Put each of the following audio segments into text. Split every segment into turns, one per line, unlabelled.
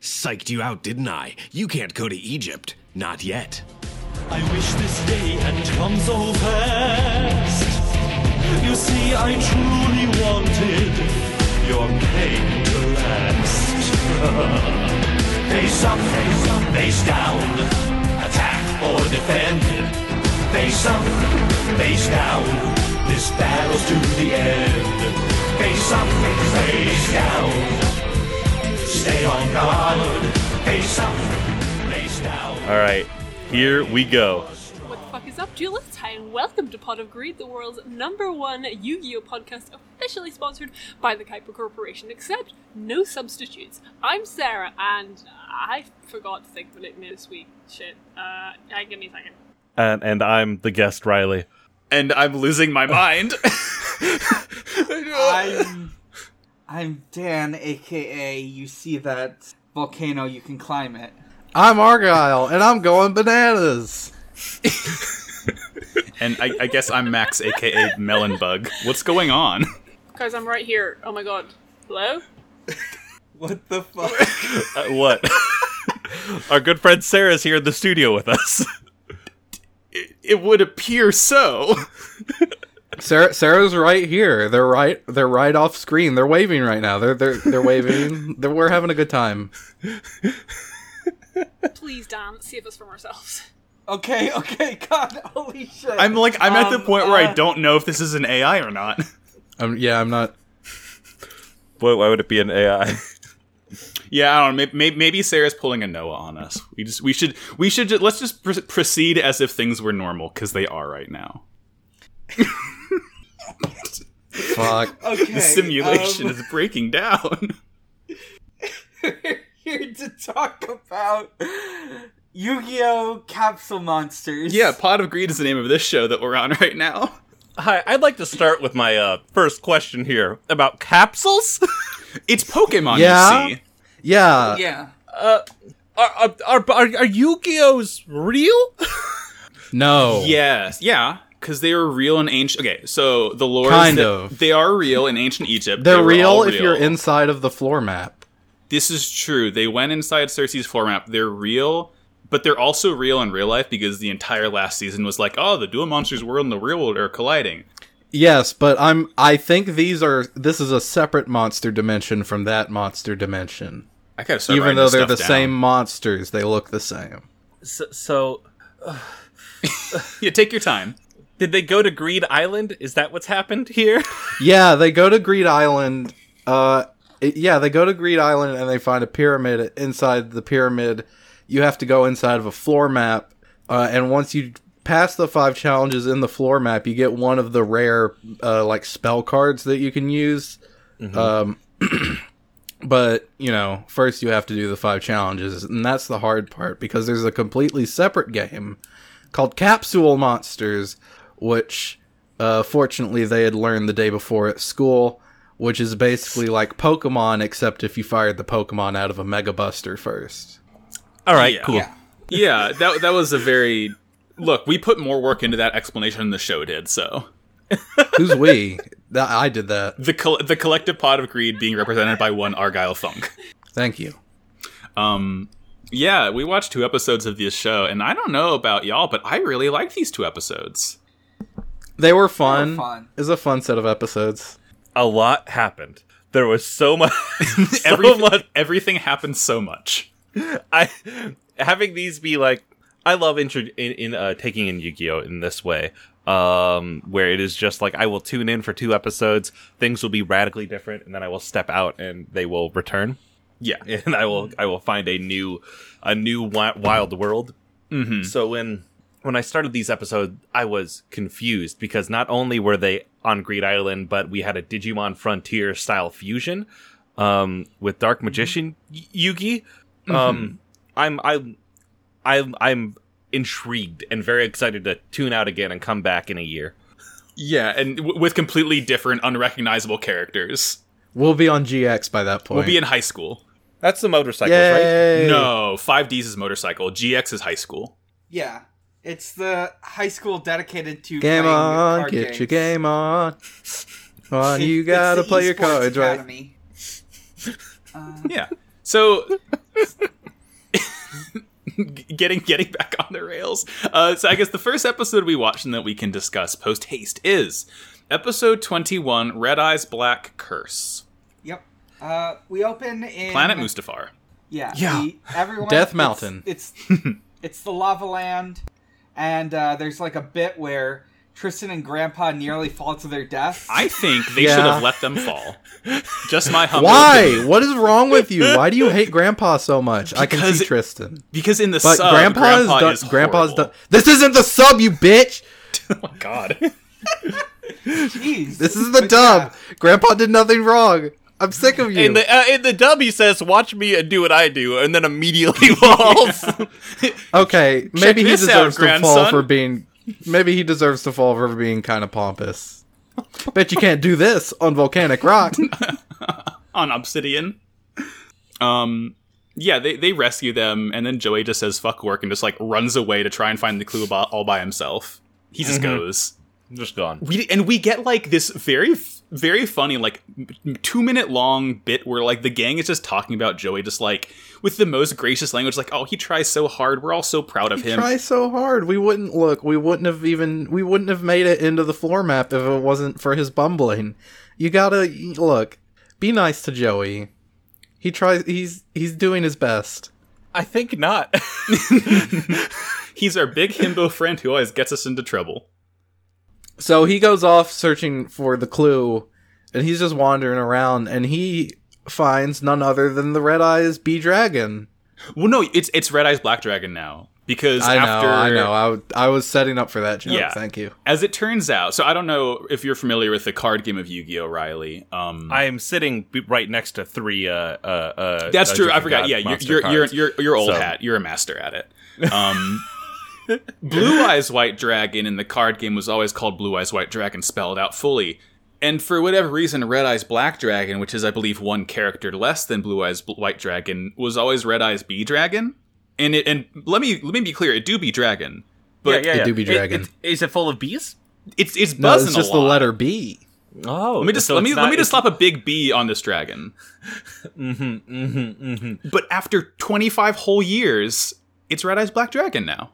psyched you out, didn't I? You can't go to Egypt. Not yet.
I wish this day had come so fast. You see, I truly wanted your pain to last. face up, face up, face down. Attacked or defended. Face up, face down. This battle's to the end. Face up, face down. Stay on guard. Face up, face down.
All right, here we go.
What the fuck is up, duelists? Hi, and welcome to Pot of Greed, the world's number one Yu Gi Oh podcast, officially sponsored by the Kuiper Corporation, except no substitutes. I'm Sarah, and I forgot to think the nickname this week. Shit. Uh, yeah, give me a second.
And, and I'm the guest, Riley.
and I'm losing my mind.
I'm I'm Dan, aka you see that volcano, you can climb it.
I'm Argyle, and I'm going bananas.
and I, I guess I'm Max, aka Melon Bug. What's going on?
Guys, I'm right here. Oh my god. Hello?
What the fuck?
Uh, what? Our good friend Sarah's here in the studio with us.
It would appear so.
Sarah, Sarah's right here. They're right. They're right off screen. They're waving right now. They're they're they're waving. They're- we're having a good time.
Please, Dan, save us from ourselves.
okay, okay, God, holy shit.
I'm like I'm at the
Um,
point where I
uh,
don't know if this is an AI or not.
Um, yeah, I'm not.
Boy, why would it be an AI?
Yeah, I don't know. Maybe, maybe Sarah's pulling a Noah on us. We just we should we should just, let's just pr- proceed as if things were normal because they are right now.
Fuck.
okay,
The simulation
um,
is breaking down.
we're here to talk about Yu-Gi-Oh! Capsule Monsters.
yeah, Pot of Greed is the name of this show that we're on right now.
Hi, I'd like to start with my uh, first question here about capsules.
It's Pokemon.
Yeah?
You see.
Yeah.
yeah.
Are are are, are, are Yu-Gi-Oh's real?
No.
Yes, yeah, because they were real in ancient. Okay, so the lore
Kind
is that
of.
they are real in ancient Egypt.
They're
They were
real
all
if you're inside of the floor map.
This is true. They went inside Cersei's floor map. They're real, but they're also real in real life because the entire last season was like, oh, the dual monsters world and the real world are colliding.
Yes, but I'm. I think these are. This is a separate monster dimension from that monster dimension.
I gotta start
Even
writing
though
this
they're the
stuff down.
same monsters, they look the same.
So, so
Yeah, take your time.
did they go to Greed Island? Is that what's happened here?
Yeah, they go to Greed Island. Uh, it- yeah, they go to Greed Island and they find a pyramid. Inside the pyramid, you have to go inside of a floor map. Uh, and once you pass the five challenges in the floor map, you get one of the rare uh, like spell cards that you can use. Um, but you know, first you have to do the five challenges, and that's the hard part because there's a completely separate game called Capsule Monsters, which uh, fortunately they had learned the day before at school, which is basically like Pokemon, except if you fired the Pokemon out of a Mega Buster first.
All right,
Yeah.
cool.
Yeah, that that was a very look. We put more work into that explanation than the show did. So
Who's we? Th- I did that.
the col- the collective pot of greed being represented by one Argyle Funk.
Thank you.
Um, yeah, we watched two episodes of this show, and I don't know about y'all, but I really liked these two episodes.
They were fun.
fun.
It was a fun set of episodes.
A lot happened. There was so much. so
Everything,
much.
everything happened so much.
I having these be like I love intro in, in uh, taking in Yu-Gi-Oh in this way, um, where it is just like I will tune in for two episodes, things will be radically different, and then I will step out and they will return.
Yeah,
and I will I will find a new a new wi- wild world. Mm-hmm. So when when I started these episodes, I was confused because not only were they on Greed Island, but we had a Digimon Frontier style fusion um, with Dark Magician Y- Yugi. Um, I'm I'm I'm I'm intrigued and very excited to tune out again and come back in a year.
yeah, and w- with completely different, unrecognizable characters.
We'll be on GX by that point.
We'll be in high school.
That's the motorcycles, right?
Yay!
No, five Ds is motorcycle. GX is high school.
Yeah. It's the high school dedicated to
Game
playing
on,
card
get
games.
your game on. Come on,
It-
you
it's
gotta
the
play your
esports
cards right.
academy.
Yeah. So getting getting back on the rails. Uh, so I guess the first episode we watched and that we can discuss post haste is episode twenty one, Red Eyes Black Curse,
Yep. Uh, we open in
Planet Mustafar.
Yeah.
Yeah.
the- everyone.
Death
it's-
Mountain.
It's it's the lava land, and uh, there's like a bit where Tristan and Grandpa nearly fall to their deaths.
I think they
Yeah.
should have let them fall. Just my humble
Why?
opinion.
What is wrong with you? Why do you hate Grandpa so much? I can
Because
see
it-
Tristan.
Because in the
But
sub,
Grandpa,
Grandpa
is, done
is
Grandpa's
horrible.
done. This isn't the sub, you bitch.
Oh my god.
Jeez.
This is the dub. Grandpa did nothing wrong. I'm sick of you.
In the uh, in the dub, he says, "Watch me do what I do," and then immediately walls.
okay, maybe he
this out,
deserves to fall
grandson.
for being. Maybe he deserves to fall for being kind of pompous. Bet you can't do this on volcanic rock.
on Obsidian. Um, yeah, they, they rescue them, and then Joey just says "fuck work" and just like runs away to try and find the clue about all by himself. He just goes.
Just gone.
We and we get like this very f- very funny like m- two minute long bit where like the gang is just talking about Joey just like with the most gracious language like oh he tries so hard we're all so proud of him
Try so hard. We wouldn't look. We wouldn't have even. We wouldn't have made it into the floor map if it wasn't for his bumbling. You gotta look. Be nice to Joey. He tries. He's he's doing his best.
I think not.
he's our big himbo friend who always gets us into trouble
So he goes off searching for the clue, and he's just wandering around, and he finds none other than the Red Eyes Bee Dragon.
well no it's it's Red Eyes Black Dragon now because
I know,
after
I know. I, w- I was setting up for that joke.
Yeah.
Thank you.
As it turns out, so I don't know if you're familiar with the card game of Yu-Gi-Oh, Riley. Um,
I am sitting b- right next to three. Uh, uh, uh,
that's
uh,
true. I
different
forgot.
god
Yeah, you're
monster
you're, you're
cards.
you're you're old
So-
hat. You're a master at it. Um, Blue Eyes White Dragon in the card game was always called Blue Eyes White Dragon, spelled out fully. And for whatever reason, Red Eyes Black Dragon, which is I believe one character less than Blue Eyes Bl- White Dragon, was always Red Eyes B Dragon. And it and let me let me be clear, it do be dragon, but
yeah, The yeah. Doobie Dragon.
It, it, is it full of bees?
it's it's
No,
buzzing
it's just
a lot.
the letter B.
Oh,
Let me just let me let me just slap a big B on this dragon.
Mm-hmm,
But after 25 whole years, it's Red Eyes Black Dragon now.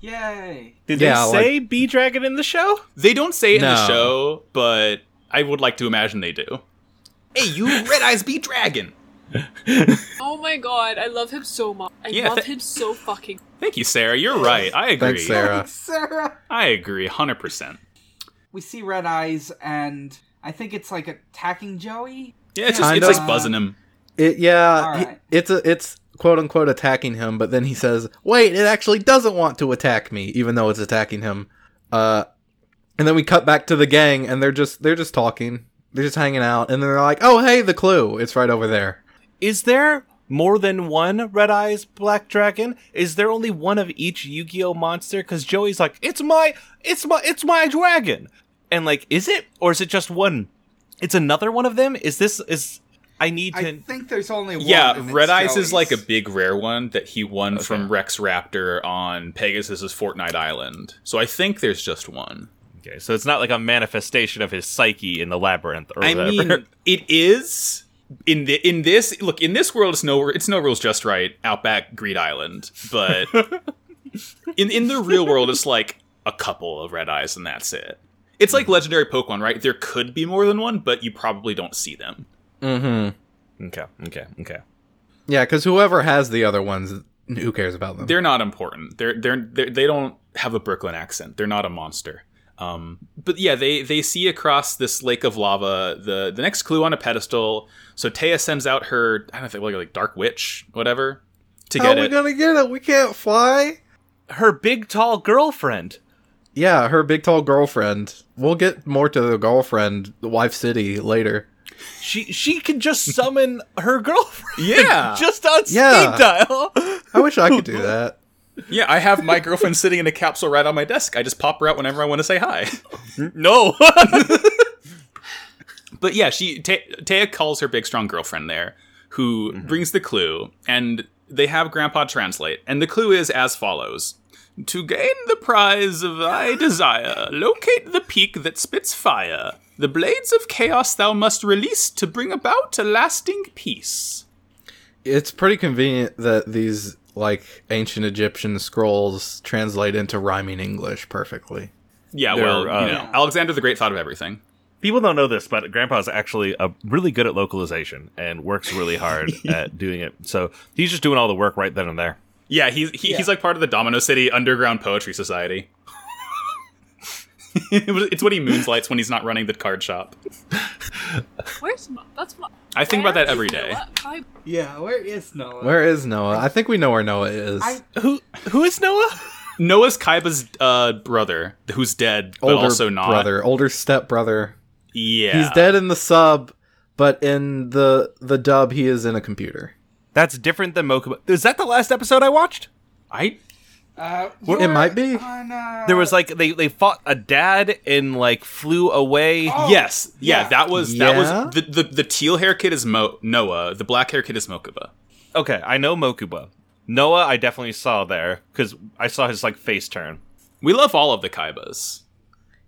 Yay.
Did
Yeah,
they
like-
say bee dragon in the show?
They don't say it in the
No.
show, but I would like to imagine they do. Hey, you Red Eyes B Dragon.
Oh my god, I love him so much. I
Yeah,
love
th-
him so fucking.
Thank you, Sarah. You're right. I agree.
Thanks, Sarah.
Sarah.
I agree 100%.
We see red eyes, and I think it's like attacking Joey.
Yeah, it's just,
Kind
it's
of.
like buzzing him.
It, yeah,
All
he-
right.
it's a, it's quote unquote attacking him, but then he says, "Wait, it actually doesn't want to attack me, even though it's attacking him." Uh, and then we cut back to the gang, and they're just they're just talking, they're just hanging out, and they're like, "Oh, hey, the clue, it's right over there."
Is there more than one Red Eyes Black Dragon? Is there only one of each Yu-Gi-Oh monster? Because Joey's like, it's my, it's my, it's my dragon, and like, is it or is it just one? It's another one of them. Is this is? I need to.
I think there's only one.
Yeah,
and it's
Red Eyes
Joey's.
is like a big rare one that he won from Rex Raptor on Pegasus's Fortnite Island. So I think there's just one.
Okay, so it's not like a manifestation of his psyche in the labyrinth or
I
whatever.
mean, it is in the in this look in this world. It's no it's no rules just right. Outback Greed Island, but in in the real world, it's like a couple of red eyes and that's it. It's like legendary Pokemon, right? There could be more than one, but you probably don't see them.
Mm-hmm.
okay, okay, okay.
Yeah, because whoever has the other ones, who cares about them?
They're not important. They're they're, they're they don't have a Brooklyn accent. They're not a monster. Um, but yeah, they they see across this lake of lava the the next clue on a pedestal. So Taya sends out her I don't think like, like dark witch whatever to
How
get
are we
it.
gonna get it? We can't fly.
her big tall girlfriend.
Yeah, her big tall girlfriend. We'll get more to the girlfriend, the wife city later.
She she can just summon her girlfriend.
Yeah.
just on
Yeah.
speed dial.
I wish I could do that.
yeah, I have my girlfriend sitting in a capsule right on my desk. I just pop her out whenever I want to say hi.
Mm-hmm.
no.
But yeah, she Ta Taya calls her big strong girlfriend there, who
Mm-hmm.
brings the clue, and they have Grandpa translate. And the clue is as follows: To gain the prize of thy desire, locate the peak that spits fire. The blades of chaos thou must release to bring about a lasting peace.
It's pretty convenient that these like ancient Egyptian scrolls translate into rhyming English perfectly.
Yeah,
They're,
well,
uh,
you know, Alexander the Great thought of everything.
People don't know this, but Grandpa's actually uh really good at localization and works really hard at doing it. So he's just doing all the work right then and there.
Yeah, he's he, he's like part of the Domino City Underground Poetry Society. it's what he moonlights when he's not running the card shop.
Where's Mop? That's Mop.
I think about that every day.
Yeah, where is Noah?
Where is Noah? I think we know where Noah is.
I-
Who who is Noah?
Noah's Kaiba's uh, brother, who's dead, but
older
also not.
brother, older step brother.
Yeah,
He's dead in the sub, but in the the dub he is in a computer.
That's different than Mokuba. Is that the last episode I watched?
I
Uh,
Well, it
you're
might be.
on, uh,
There was like they they fought a dad and like flew away.
yes, Oh, yeah,
yeah.
that was that
Yeah?
was the, the the teal hair kid is Mo- Noah, the black hair kid is Mokuba.
Okay, I know Mokuba. Noah, I definitely saw there because I saw his like face turn.
We love all of the Kaibas.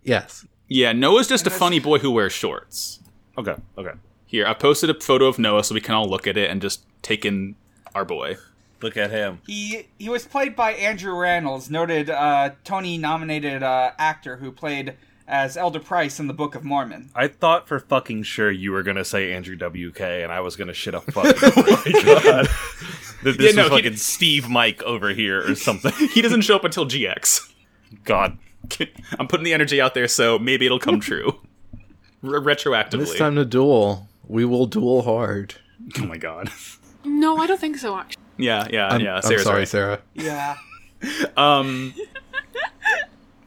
Yes.
Yeah, Noah's just a funny boy who wears shorts.
Okay, okay.
Here, I posted a photo of Noah so we can all look at it and just take in our boy.
Look at him.
He he was played by Andrew Reynolds, noted uh, Tony nominated uh, actor who played as Elder Price in the Book of Mormon.
I thought for fucking sure you were gonna say Andrew WK, and I was gonna shit a fucking. oh my god! That this
Yeah, no,
was
he-
fucking Steve Mike over here or something.
He doesn't show up until GX.
God,
I'm putting the energy out there, so maybe it'll come true. R-
It's
retroactively.
time to duel. We will duel hard.
oh my god.
No, I don't think so. Actually,
Yeah, yeah,
I'm,
yeah.
I'm
Sarah's
sorry,
right.
Sarah.
Yeah.
Um.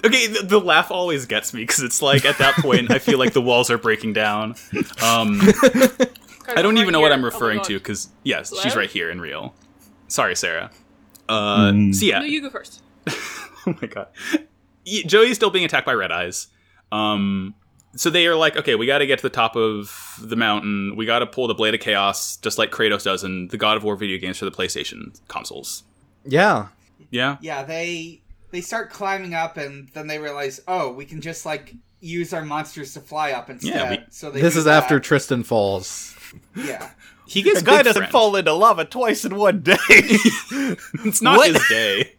Okay, the, the laugh always gets me because it's like at that point I feel like the walls are breaking down. Um, I don't even know
Oh
what I'm referring to because yes, she's
Hello?
right here in real. Sorry, Sarah. Uh,
Mm.
So yeah,
No, you go first.
oh my god Y- joey's still being attacked by red eyes um so they are like okay we got to get to the top of the mountain we got to pull the blade of chaos just like kratos does in the god of war video games for the playstation consoles
Yeah.
yeah
Yeah, they they start climbing up and then they realize, "Oh, we can just like use our monsters to fly up instead."
Yeah, we-
so they
This
do
is after
that.
Tristan falls.
yeah.
he gets
the guy
big
doesn't
friend.
fall into lava twice in one day.
it's not
What?
his day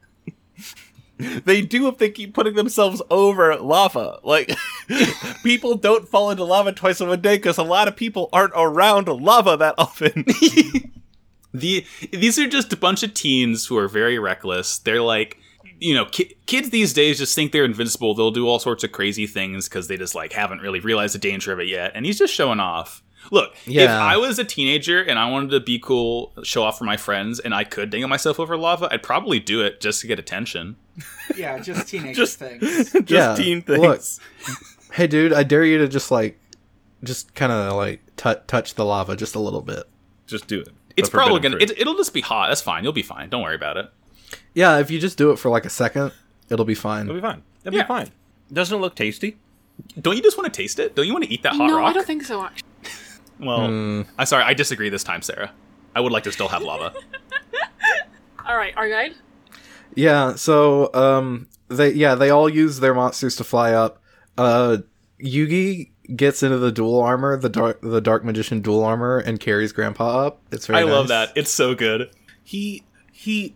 they do if they keep putting themselves over lava. Like people don't fall into lava twice in one day because a lot of people aren't around lava that often.
the these are just a bunch of teens who are very reckless they're like you know ki- kids these days just think they're invincible they'll do all sorts of crazy things because they just like haven't really realized the danger of it yet and he's just showing off look if
Yeah.
i was a teenager and i wanted to be cool show off for my friends and i could dangle myself over lava i'd probably do it just to get attention
Yeah, just teenage
Just-
things.
Just
Yeah,
teen things.
look. Hey, dude, I dare you to just like, just kind of like t- touch the lava just a little bit.
Just do it.
it's
The forbidden
probably gonna
fruit.
it, it'll just be hot that's fine you'll be fine don't worry about it
Yeah, if you just do it for like a second, it'll be
It'll
fine.
be fine. It'll
Yeah.
be fine. Doesn't it look tasty?
don't you just want to taste it don't you want to eat that hot
no,
rock
I don't think so. Actually,
well
Hmm.
i'm sorry i disagree this time sarah i would like to still have lava
all right, our guide.
Yeah. So, um, they yeah they all use their monsters to fly up. Uh, Yugi gets into the dual armor, the dark the dark magician dual armor, and carries Grandpa up. It's very.
I love
nice.
that. It's so good.
He he.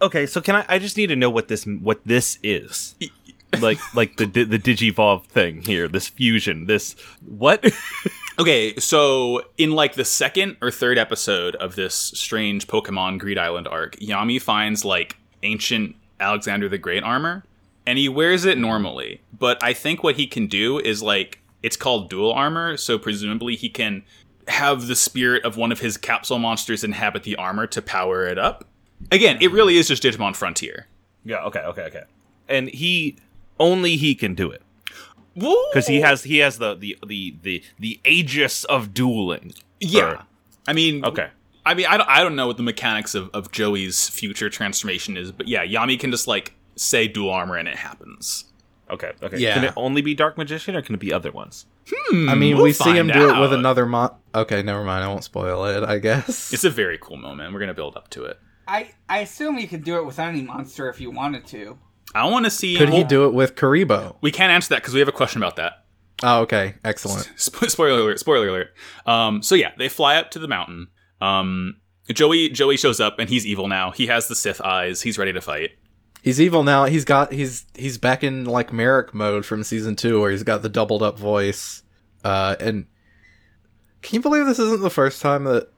okay, so can I? I just need to know what this what this is. like like the di- the digivolve thing here. This fusion. This what?
Okay, so in like the second or third episode of this strange Pokemon Greed Island arc, Yami finds like ancient Alexander the Great armor and he wears it normally. But I think what he can do is like it's called dual armor, so presumably he can have the spirit of one of his capsule monsters inhabit the armor to power it up. Again, it really is just Digimon Frontier.
yeah. Okay. Okay. Okay. And he only he can do it
Because
because
Oh.
he has he has the the the the the aegis of dueling.
Yeah.
Or-
I mean,
okay.
I mean, I don't, I don't know what the mechanics of, of Joey's future transformation is, but yeah, Yami can just like say dual armor and it happens.
Okay. Okay.
Yeah.
Can it only be dark magician or can it be other ones?
I mean,
we'll
we see him
find
do it with
out.
another mon. Okay, never mind. I won't spoil it. I guess.
It's a very cool moment. We're gonna build up to it.
I I assume you could do it with any monster if you wanted to.
I want to see.
Could he
well,
do it with Karibo?
We can't answer that because we have a question about that.
Oh, okay. Excellent.
Spo- spoiler alert! Spoiler alert! Um, so yeah, they fly up to the mountain. Um, Joey Joey shows up and he's evil now. He has the Sith eyes. He's ready to fight.
He's evil now. He's got he's he's back in like Merrick mode from season two, where he's got the doubled up voice. Uh, and can you believe this isn't the first time that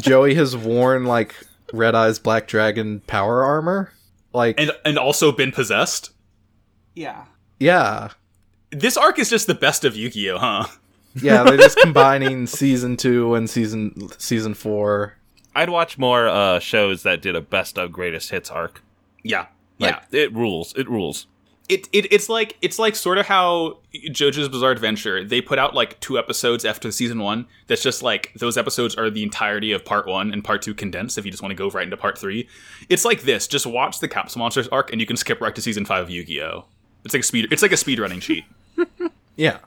Joey has worn like Red Eye's Black Dragon power armor? Like,
And and also been possessed.
Yeah.
yeah,
This arc is just the best of Yu-Gi-Oh, huh?
yeah, they're just combining season two and season season four.
I'd watch more uh, shows that did a best of greatest hits arc.
Yeah. yeah.
Like, it rules. It rules.
it, it it's like it's like sort of how JoJo's Bizarre Adventure they put out like two episodes after season one. That's just like those episodes are the entirety of part one and part two condensed. If you just want to go right into part three, it's like this. Just watch the Caps Monsters arc and you can skip right to season five of Yu Gi Oh. It's like a speed. It's like a speed running cheat.
Yeah,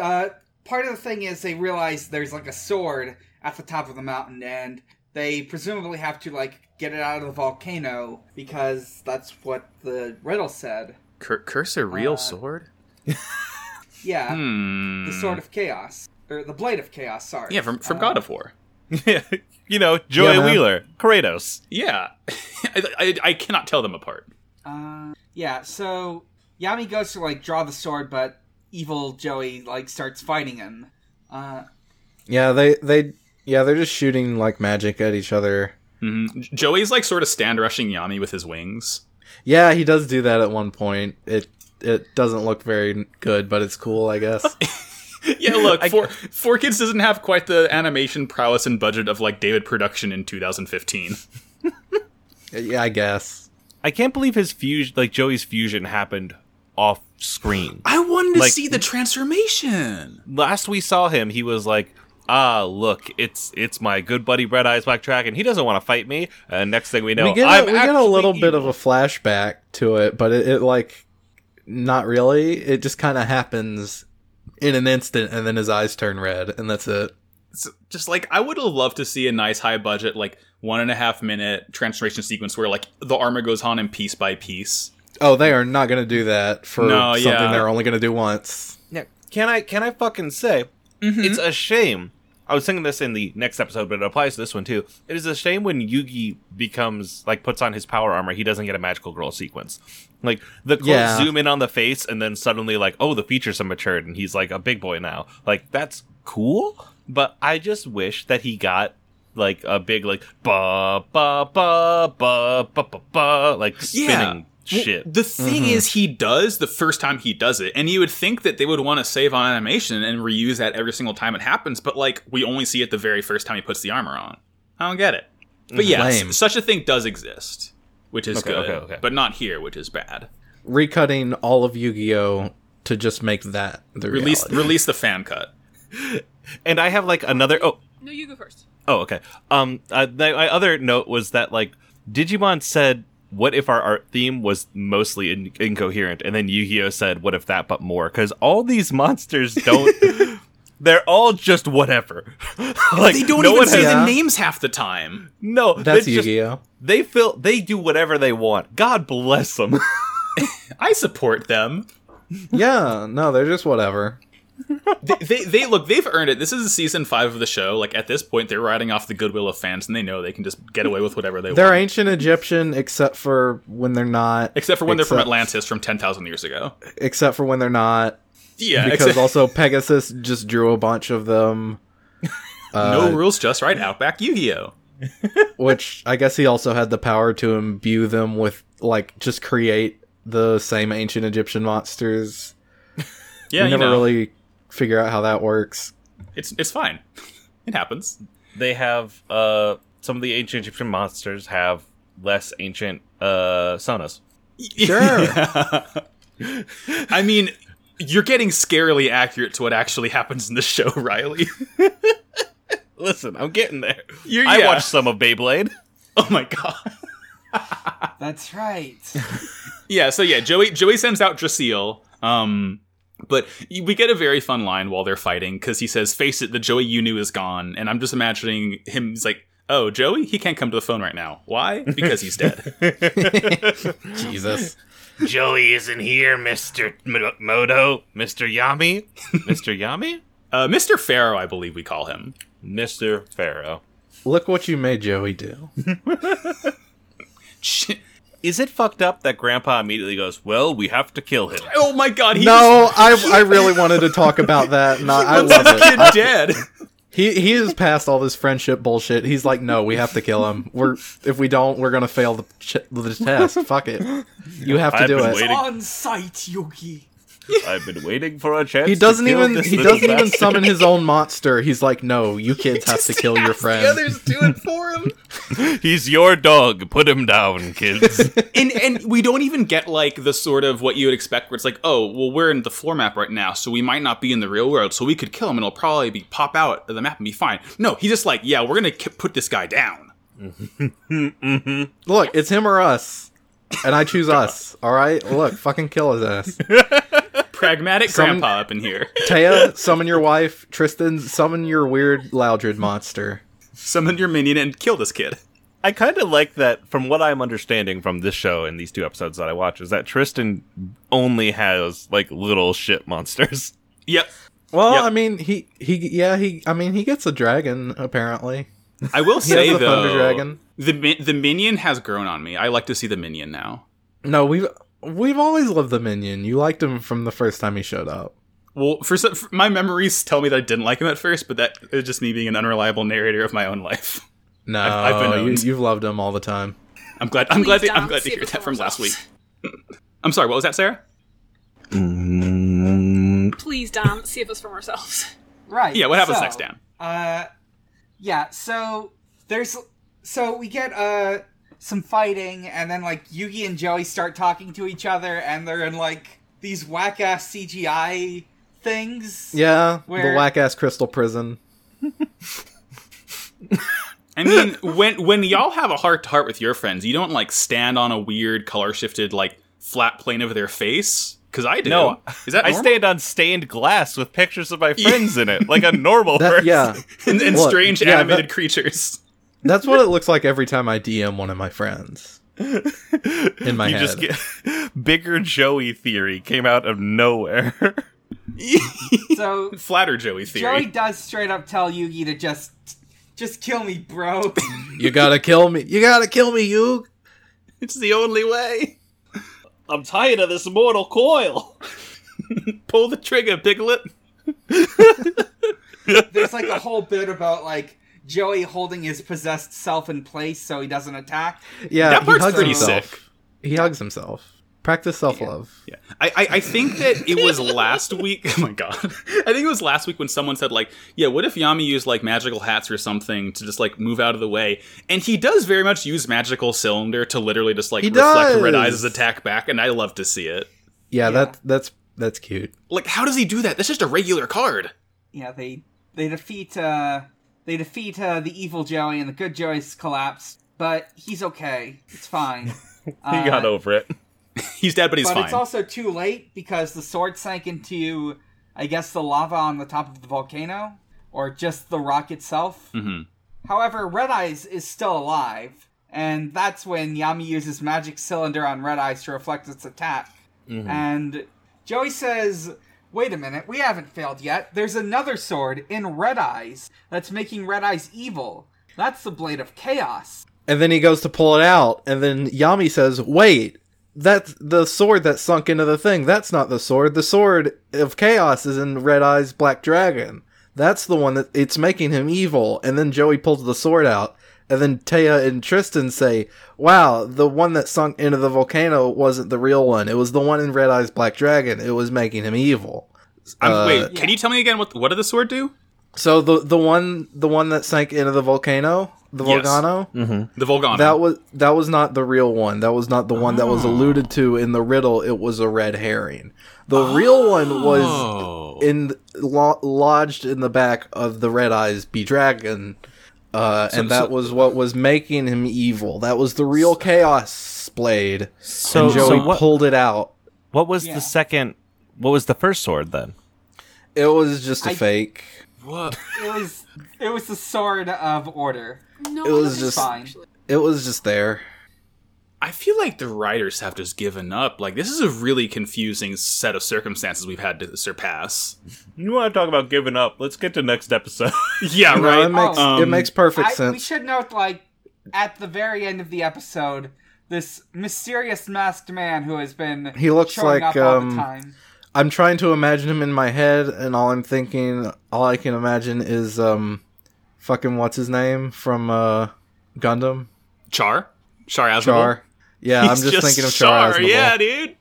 Uh, part of the thing is they realize there's like a sword at the top of the mountain, and they presumably have to like get it out of the volcano because that's what the riddle said.
Cur- curse a real sword.
Yeah, Uh, the sword uh, of chaos or the blade of chaos. Sorry.
Hmm. Mm-hmm. Yeah, from from God of War.
you know, Joey
Yeah, man.
Wheeler, Kratos.
Yeah, I, I, I cannot tell them apart.
Uh, Yeah, so Yami goes to like draw the sword, but evil Joey like starts fighting him. Uh,
yeah, they they yeah they're just shooting like magic at each other.
Mm-hmm. Joey's like sort of stand rushing Yami with his wings.
Yeah, he does do that at one point. It it doesn't look very good, but it's cool, I guess.
Yeah, look, four, four Kids doesn't have quite the animation prowess and budget of like David Production in 2015.
yeah, I guess.
I can't believe his fusion, like Joey's fusion, happened off screen.
I wanted to
Like-
see the transformation.
Last we saw him, he was like, "Ah, look, it's it's my good buddy Red Eyes Black Dragon. He doesn't want to fight me." And next thing we know,
we get
I'm
a, we get a
actually
little bit of
evil.
a flashback to it, but it, it like not really. It just kind of happens in an instant, and then his eyes turn red, and that's it.
It's just like I would have loved to see a nice high budget, like one and a half minute transformation sequence where like the armor goes on in piece by piece.
Oh, they are not going to do that for
No,
something
yeah.
they're only going to do once.
Now, can I can I fucking say it's a shame? I was thinking this in the next episode, but it applies to this one too. It is a shame when Yugi becomes like puts on his power armor, he doesn't get a magical girl sequence. Like the clothes
Yeah.
zoom in on the face, and then suddenly like, oh, the features have matured, and he's like a big boy now. Like that's cool, but I just wish that he got like a big like ba ba ba ba ba ba ba like spinning shit.
The thing
Mm-hmm.
is, he does the first time he does it, and you would think that they would want to save on animation and reuse that every single time it happens, but like we only see it the very first time he puts the armor on. I don't get it. But yeah,
Lame.
s- such a thing does exist, which is good,
Mm, okay, okay.
but not here, which is bad.
Recutting all of Yu Gi Oh to just make that the
Release
reality.
release the fan cut.
and I have like another oh
No, you go first.
Oh, okay. Um, uh, my, my other note was that like Digimon said, "What if our art theme was mostly in- incoherent?" And then Yu-Gi-Oh said, "What if that, but more?" Because all these monsters don't. They're all just whatever. like
They don't
no
even
one
say
has,
the
Yeah.
names half the time.
no.
That's
they just-
Yu-Gi-Oh.
They feel they do whatever they want. God bless them.
I support them.
yeah, no, they're just whatever.
they, they, they look. They've earned it. This is season five of the show. Like at this point, they're riding off the goodwill of fans, and they know they can just get away with whatever they want.
They're ancient Egyptian, except for when they're not.
Except for when they're from
Except-
Atlantis from 10,000 years ago.
Except for when they're not,
Yeah,
because
except-
also Pegasus just drew a bunch of them, uh,
no rules, just right. Outback Yu-Gi-Oh.
which I guess he also had the power to imbue them with like just create the same ancient Egyptian monsters.
Yeah, you
we
know,
never really figure out how that works.
It's it's fine. It happens.
they have uh some of the ancient Egyptian monsters have less ancient uh sonas.
Sure. I mean, you're getting scarily accurate to what actually happens in the show, Riley.
Listen, I'm getting there.
You're-
I
yeah.
watched some of Beyblade.
Oh my god.
That's right.
Yeah, so yeah, Joey Joey sends out Drasil. Um but we get a very fun line while they're fighting because he says, "Face it, the Joey you knew is gone." And I'm just imagining him. He's like, "Oh, Joey, he can't come to the phone right now. Why? Because he's dead."
Jesus,
Joey isn't here, Mr. M- Moto, Mr. Yami, Mr. Yami,
uh, Mr. Pharaoh, I believe we call him.
Mr. Pharaoh.
Look what you made Joey do.
Shit.
Is it fucked up that Grandpa immediately goes, "Well, we have to kill him"?
Oh my god, he
No, I I really wanted to talk about that. No, I love
was
it.
kid dead.
He he is past all this friendship bullshit. He's like, no, we have to kill him. We're if we don't, we're gonna fail the ch- the test. Fuck it. You have to
I've
do
been
it.
waiting.
On site, Yugi.
I've been waiting for a chance.
He
to
doesn't
kill
even
this
he
little
doesn't even
bastard."
summon his own monster. He's like, no, you kids have to kill your friend.
The others do it for him.
He's your dog. Put him down, kids.
and and we don't even get like the sort of what you would expect where it's like oh well we're in the floor map right now so we might not be in the real world so we could kill him and it'll probably be pop out of the map and be fine no he's just like yeah we're gonna ki- put this guy down
Look, it's him or us, and I choose us. All right, look, fucking kill his ass.
pragmatic grandpa up in here
Taya, summon your wife. Tristan, summon your weird Loudred monster.
summon your minion and kill this kid
I kind of like that. From what I'm understanding from this show and these two episodes that I watch, is that Tristan only has like little shit monsters.
yep
Well,
Yep.
I mean, he he yeah he I mean he gets a dragon apparently.
i will say
the
though
Thunder Dragon.
the mi- the minion has grown on me i like to see the minion now
No, we've we've always loved the minion. You liked him from the first time he showed up.
well, for, some, for my memories tell me that I didn't like him at first, but that is just me being an unreliable narrator of my own life.
No,
I've- I've been
you,
owned.
you've loved him all the time.
I'm glad. I'm glad.
Please
To, I'm
don't
glad to
say
hear that
before
from last week.
us.
I'm sorry. What was that, Sarah?
Please, Dan, save us from ourselves.
Right.
Yeah. What happens
so,
next, Dan?
Uh, yeah. So there's so we get uh some fighting, and then like Yugi and Joey start talking to each other, and they're in like these whack ass CGI things.
Yeah,
Where-
the whack ass crystal prison.
I mean, when when y'all have a heart to heart with your friends, you don't like stand on a weird color shifted like flat plane of their face. Because I do.
No,
is that
I
normal?
stand on stained glass with pictures of my friends in it, like a normal
That-
person.
yeah,
and, and
Look,
strange
yeah,
animated
that-
creatures.
that's what it looks like every time I DM one of my friends. In my
you
head,
just get bigger Joey theory came out of nowhere.
So
Flatter Joey theory.
Joey does straight up tell Yugi to just just kill me, bro.
you gotta kill me. You gotta kill me, you.
It's the only way.
I'm tired of this mortal coil.
Pull the trigger, piglet.
There's like a whole bit about like Joey holding his possessed self in place so he doesn't attack.
Yeah,
That part's
he hugs
pretty
himself.
sick.
He hugs himself. Practice self love.
Yeah. I, I, I think that it was last week. Oh my god. I think it was last week when someone said, like, yeah, what if Yami used, like, magical hats or something to just, like, move out of the way? And he does very much use magical cylinder to literally just, like,
He
reflect
does.
Red Eyes' attack back, and I love to see it.
Yeah, that that's that's cute.
Like, how does he do that? That's just a regular card.
Yeah, they they defeat uh they defeat uh, the evil Joey and the good Joey's collapsed, but he's okay. It's fine.
He got over it.
He's dead, but he's
but
fine.
it's also too late because the sword sank into I guess the lava on the top of the volcano or just the rock itself. However, Red Eyes is still alive, and that's when Yami uses magic cylinder on Red Eyes to reflect its attack. And Joey says, "Wait a minute, we haven't failed yet. There's another sword in Red Eyes that's making Red Eyes evil. That's the Blade of Chaos."
And then he goes to pull it out, and then Yami says, "Wait, that's the sword that sunk into the thing. That's not the sword. The sword of chaos is in Red Eye's Black Dragon. That's the one that it's making him evil." And then Joey pulls the sword out, and then Taya and Tristan say, "Wow, the one that sunk into the volcano wasn't the real one. It was the one in Red Eye's Black Dragon. It was making him evil."
I'm, wait,
uh,
can you tell me again what what did the sword do?
So the the one the one that sank into the volcano, the
Yes.
volcano,
The Volgana.
that was that was not the real one. That was not the one that was alluded to in the riddle. It was a red herring. The real one was in lo- lodged in the back of the red eyes be dragon, uh, and that
so-
was what was making him evil. That was the real chaos blade.
So,
and Joey
so what,
pulled it out.
what was
Yeah.
the second? What was the first sword then?
It was just a
I-
fake.
What?
It was it was the sword of order.
No,
It
that's
was just-
fine.
It was just there.
I feel like the writers have just given up. Like this is a really confusing set of circumstances we've had to surpass.
You want to talk about giving up? Let's get to next episode.
Yeah,
No,
right. Um,
it makes
Oh.
it makes perfect
I, we
sense.
should note, like, at the very end of the episode, this mysterious masked man who has been
He looks
showing up
like,
all
um,
the time.
I'm trying to imagine him in my head, and all I'm thinking, all I can imagine is um, fucking what's his name from uh, Gundam
Char, Char Aznavour.
Char. Yeah, I'm just, thinking of Char. Aznavour.
Yeah, dude.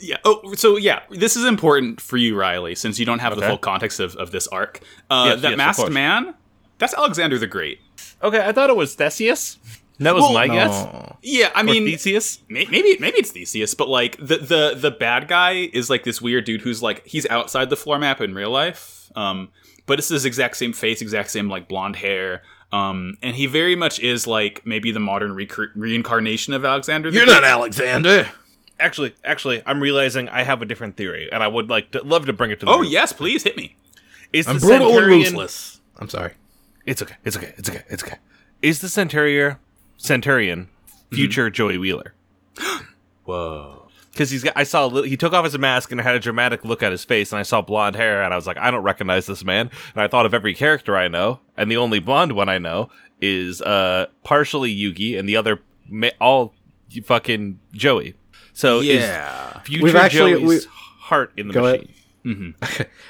Yeah. Oh, so yeah, this is important for you, Riley, since you don't have the full context of, of this arc. Uh,
Yes,
that
yes, of
masked
course.
man, that's Alexander the Great.
okay, I thought it was Theseus. That was
Well,
my
Oh.
no.
guess.
Yeah, I
Or
mean,
Theseus.
may- maybe maybe it's Theseus, but like the the the bad guy is like this weird dude who's like he's outside the floor map in real life. Um, but it's his exact same face, exact same like blonde hair. Um, and he very much is like maybe the modern recre- reincarnation of Alexander. the
You're
Great.
not Alexander.
Actually, actually, I'm realizing I have a different theory, and I would like to love to bring it to. The
Oh
group.
yes, please hit me.
is
I'm
the
brutal and
Centurion-
ruthless. I'm sorry.
It's okay. It's okay. It's okay. It's okay. Is the Centurion Centurion future Joey Wheeler?
Whoa.
Because he's got, I saw a little, he took off his mask and had a dramatic look at his face, and I saw blonde hair, and I was like, I don't recognize this man. And I thought of every character I know, and the only blonde one I know is uh partially Yugi, and the other ma- all fucking Joey. So is future
We've actually-
Joey's
we-
heart in the
Go ahead.
machine?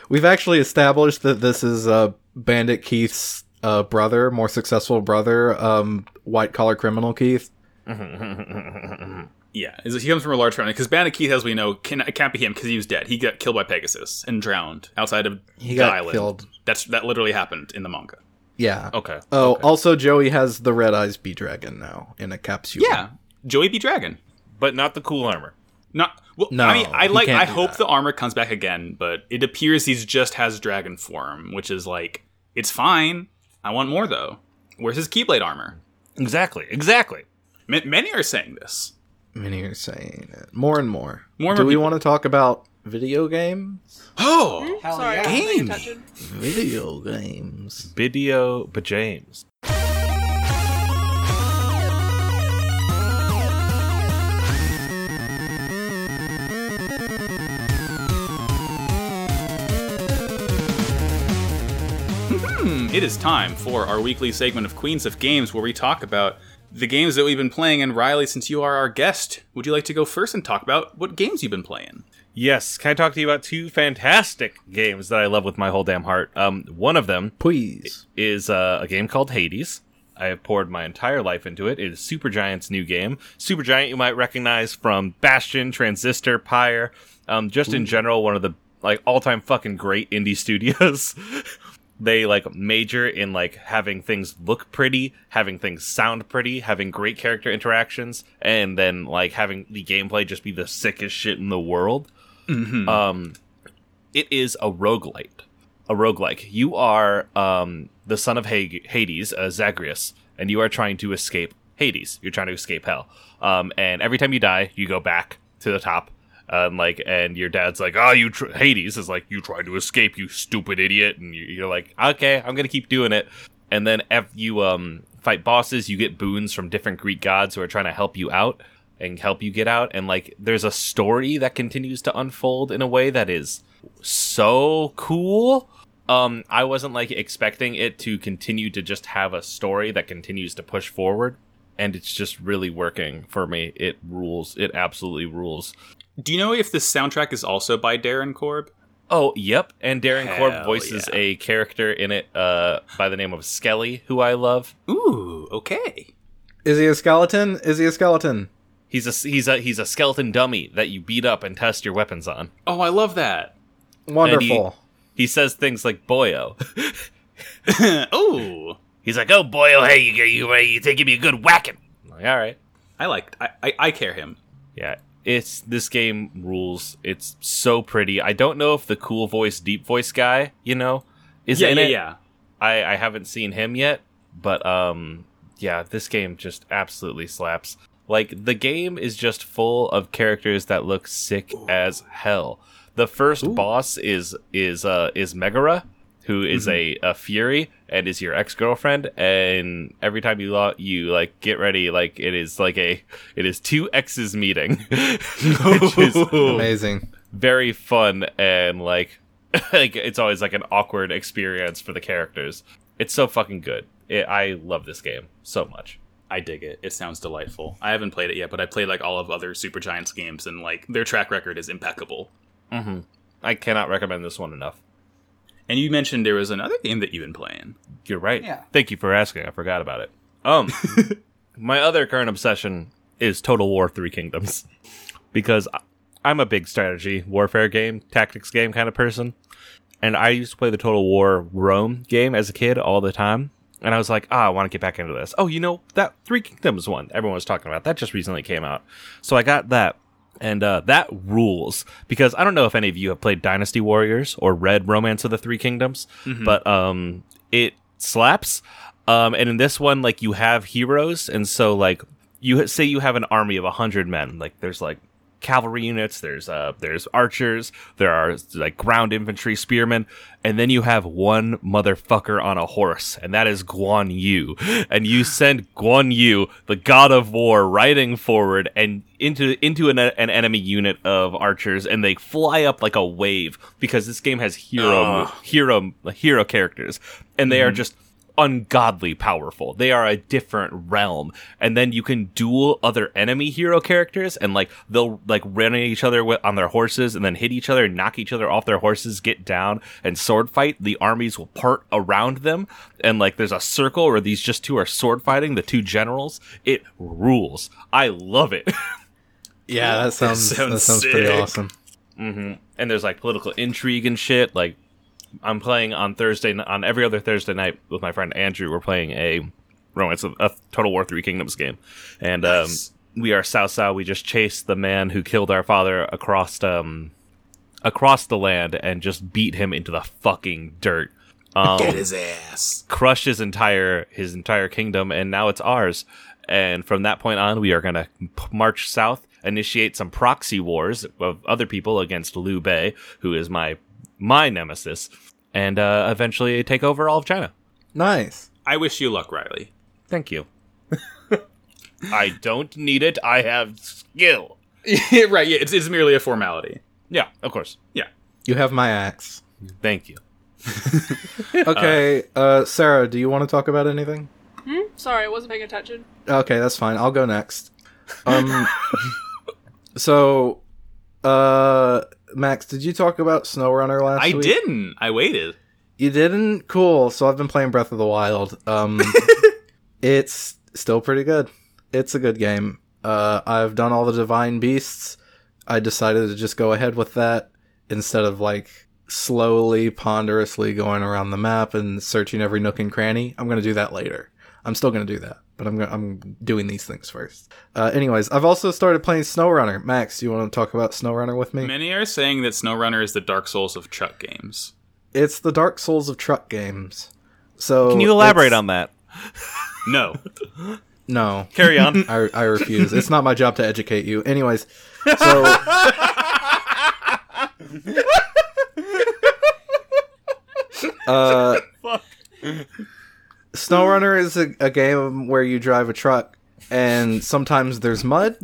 We've actually established that this is uh, Bandit Keith's uh, brother, more successful brother, um, white collar criminal Keith.
Yeah, is- he comes from a large family because Bandit Keith, as we know, can, it can't be him because he was dead. He got killed by Pegasus and drowned outside of
He
the
got
island.
killed.
That's that literally happened in the manga.
Yeah.
Okay.
Oh, also Joey has the red eyes bee dragon now in a capsule.
Yeah, Joey B. Dragon.
But not the cool armor.
Not well.
No,
I mean, I
he
like.
can't
I
do
hope
that.
the armor comes back again, but it appears he's just has dragon form, which is like it's fine. I want more though. Where's his Keyblade armor?
Exactly. Exactly.
Ma- many are saying this.
Many are saying it more and more.
More and
Do
more
we
people-
want to talk about video games?
Oh,
Hell
Sorry, I
yeah.
wasn't paying
Gamey.
attention.
Video games.
Video Bajames.
It is time for our weekly segment of Queens of Games where we talk about the games that we've been playing. And Riley, since you are our guest, would you like to go first and talk about what games you've been playing?
Yes. Can I talk to you about two fantastic games that I love with my whole damn heart? Um, one of them
Please.
is uh, a game called Hades. I have poured my entire life into it. It is Supergiant's new game. Supergiant, you might recognize from Bastion, Transistor, Pyre, um, just in general, one of the like all-time fucking great indie studios. they like major in like having things look pretty, having things sound pretty, having great character interactions, and then like having the gameplay just be the sickest shit in the world. Um, it is a roguelite. A roguelike. You are um, the son of Hag- Hades, uh, Zagreus, and you are trying to escape Hades. You're trying to escape hell. Um, and every time you die, you go back to the top. Um, like, and your dad's like, "Oh, you tr-, Hades is like, you tried to escape, you stupid idiot." And you, you're like, "Okay, I'm gonna keep doing it." And then if you um, fight bosses, you get boons from different Greek gods who are trying to help you out and help you get out. And like, there's a story that continues to unfold in a way that is so cool. Um, I wasn't like expecting it to continue to just have a story that continues to push forward, and it's just really working for me. It rules. It absolutely rules.
Do you know if this soundtrack is also by Darren Korb?
Oh, yep. And Darren
Hell
Korb voices
yeah.
a character in it uh, by the name of Skelly, who I love.
Ooh, okay.
Is he a skeleton? Is he a skeleton?
He's a he's a he's a skeleton dummy that you beat up and test your weapons on.
Oh, I love that.
Wonderful.
He says things like "boyo."
oh,
He's like, "Oh, boyo, hey, you you you take give me a good whacking." I'm like, all right.
I like. I, I I care him.
Yeah, it's this game rules. It's so pretty. I don't know if the cool voice, deep voice guy, you know, is
Yeah,
in
yeah,
it.
yeah.
I I haven't seen him yet, but um, yeah, this game just absolutely slaps. Like the game is just full of characters that look sick as hell. The first boss is is uh is Megara, who is a, a fury and is your ex girlfriend. And every time you lo- you like get ready, like it is like a it is two exes meeting, which is
Amazing.
very fun and like like it's always like an awkward experience for the characters. It's so fucking good. It, I love this game so much.
I dig it. It sounds delightful. I haven't played it yet, but I played like all of other Super Giants games, and like their track record is impeccable.
I cannot recommend this one enough.
And you mentioned there was another game that you've been playing.
You're right.
Yeah.
Thank you for asking. I forgot about it. Um, my other current obsession is Total War Three Kingdoms because I- I'm a big strategy warfare game, tactics game kind of person, and I used to play the Total War Rome game as a kid all the time. And I was like, ah, I want to get back into this. Oh, you know that Three Kingdoms one everyone was talking about that just recently came out, so I got that. And uh, that rules because I don't know if any of you have played Dynasty Warriors or read Romance of the Three Kingdoms, but um, it slaps. Um, and in this one, like you have heroes, and so like you ha- say you have an army of hundred men. Like there's like cavalry units, there's uh, there's archers, there are like ground infantry, spearmen, and then you have one motherfucker on a horse, and that is Guan Yu. And you send Guan Yu, the god of war, riding forward and into into an, an enemy unit of archers, and they fly up like a wave because this game has hero mo- hero hero characters, and they are just ungodly powerful. They are a different realm. And then you can duel other enemy hero characters and like they'll like run at each other with, on their horses and then hit each other, knock each other off their horses, get down and sword fight. The armies will part around them and like there's a circle where these just two are sword fighting, the two generals. It rules. I love it.
Yeah, that sounds that sounds,
sounds
pretty
sick.
awesome.
and there's like political intrigue and shit. Like I'm playing on Thursday n- on every other Thursday night with my friend Andrew. We're playing a romance of a Total War Three Kingdoms game, and um, we are Sao Sao. We just chased the man who killed our father across um across the land and just beat him into the fucking dirt. Um,
his ass.
crushed his entire his entire kingdom and now it's ours and from that point on we are going to march south initiate some proxy wars of other people against liu bei who is my my nemesis and uh, eventually take over all of china
Nice.
I wish you luck, Riley.
thank you i don't need it i have skill
right? Yeah, it's, it's merely a formality.
yeah of course
Yeah.
You have my axe.
thank you
Okay, uh, Sarah, do you want to talk about anything?
Sorry, I wasn't paying attention.
Okay, that's fine. I'll go next. Um, so, uh, Max, did you talk about SnowRunner last
I
week?
didn't. I waited.
You didn't? Cool. So I've been playing Breath of the Wild. Um, it's still pretty good. It's a good game. Uh, I've done all the Divine Beasts. I decided to just go ahead with that instead of like slowly, ponderously going around the map and searching every nook and cranny. I'm gonna do that later. I'm still gonna do that, but I'm gonna, I'm doing these things first. Uh, anyways, I've also started playing SnowRunner. Max, you want to talk about SnowRunner with me?
Many are saying that SnowRunner is the Dark Souls of truck games.
It's the Dark Souls of truck games. So
can you elaborate
it's-
on that
No,
No.
carry on
I, I refuse. it's not my job to educate you. Anyways, so uh, SnowRunner is a, a game where you drive a truck, and sometimes there's mud,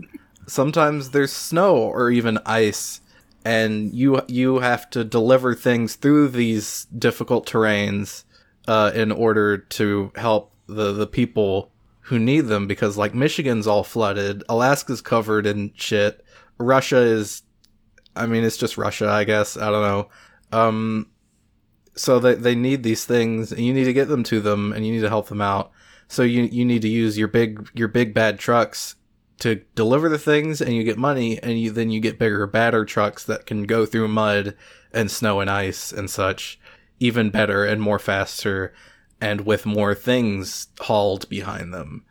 sometimes there's snow or even ice, and you you have to deliver things through these difficult terrains uh, in order to help the the people who need them because like Michigan's all flooded, Alaska's covered in shit, Russia is I mean it's just Russia, I guess. I don't know. Um so they they need these things and you need to get them to them and you need to help them out. So you you need to use your big your big bad trucks to deliver the things and you get money and you then you get bigger badder trucks that can go through mud and snow and ice and such even better and more faster and with more things hauled behind them.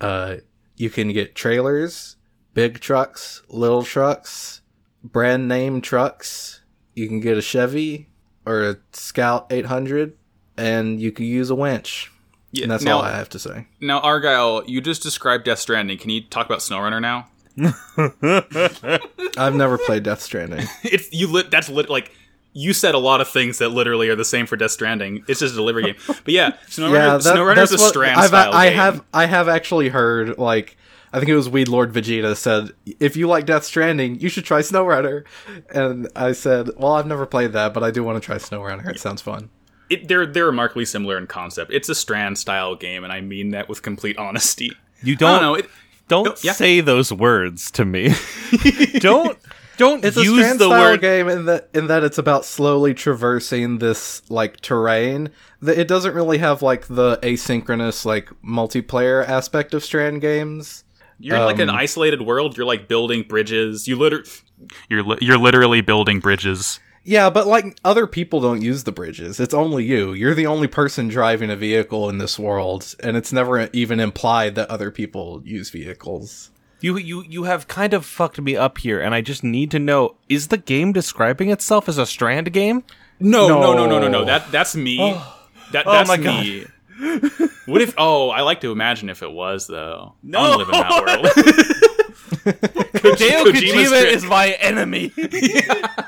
Uh, you can get trailers, big trucks, little trucks, brand name trucks. You can get a Chevy or a Scout 800, and you can use a winch.
yeah,
And that's
now,
all I have to say.
Now, Argyle, you just described Death Stranding. Can you talk about SnowRunner now?
I've never played Death Stranding.
It's you. Lit, that's lit. Like you said a lot of things that literally are the same for Death Stranding. It's just a delivery game. But yeah, SnowRunner,
yeah, that,
SnowRunner's
that's
a
what
Strand
I've,
style
I
game.
have I have actually heard like I think it was Weed Lord Vegeta said if you like Death Stranding you should try SnowRunner, and I said well I've never played that but I do want to try SnowRunner it sounds fun.
it, they're they're remarkably similar in concept. It's a Strand style game, and I mean that with complete honesty.
You
I
Oh,
don't
don't know. It,
don't
yeah.
say those words to me. don't don't
It's a
use
strand
the
style
word
game in that in that it's about slowly traversing this like terrain. That it doesn't really have like the asynchronous like multiplayer aspect of strand games.
you're in like an
Um,
isolated world. You're like building bridges. You liter- you're li- you're literally building bridges.
Yeah, but like other people don't use the bridges. It's only you. You're the only person driving a vehicle in this world, and it's never even implied that other people use vehicles.
You you you have kind of fucked me up here, and I just need to know: is the game describing itself as a strand game?
No, no, no, no, no, no.
No.
That that's me. That that's
Oh. my God.
me. What if? Oh, I like to imagine if it was though. No, I wanna live in that world.
Hideo
Kojima's
Kojima
strand-
is my enemy.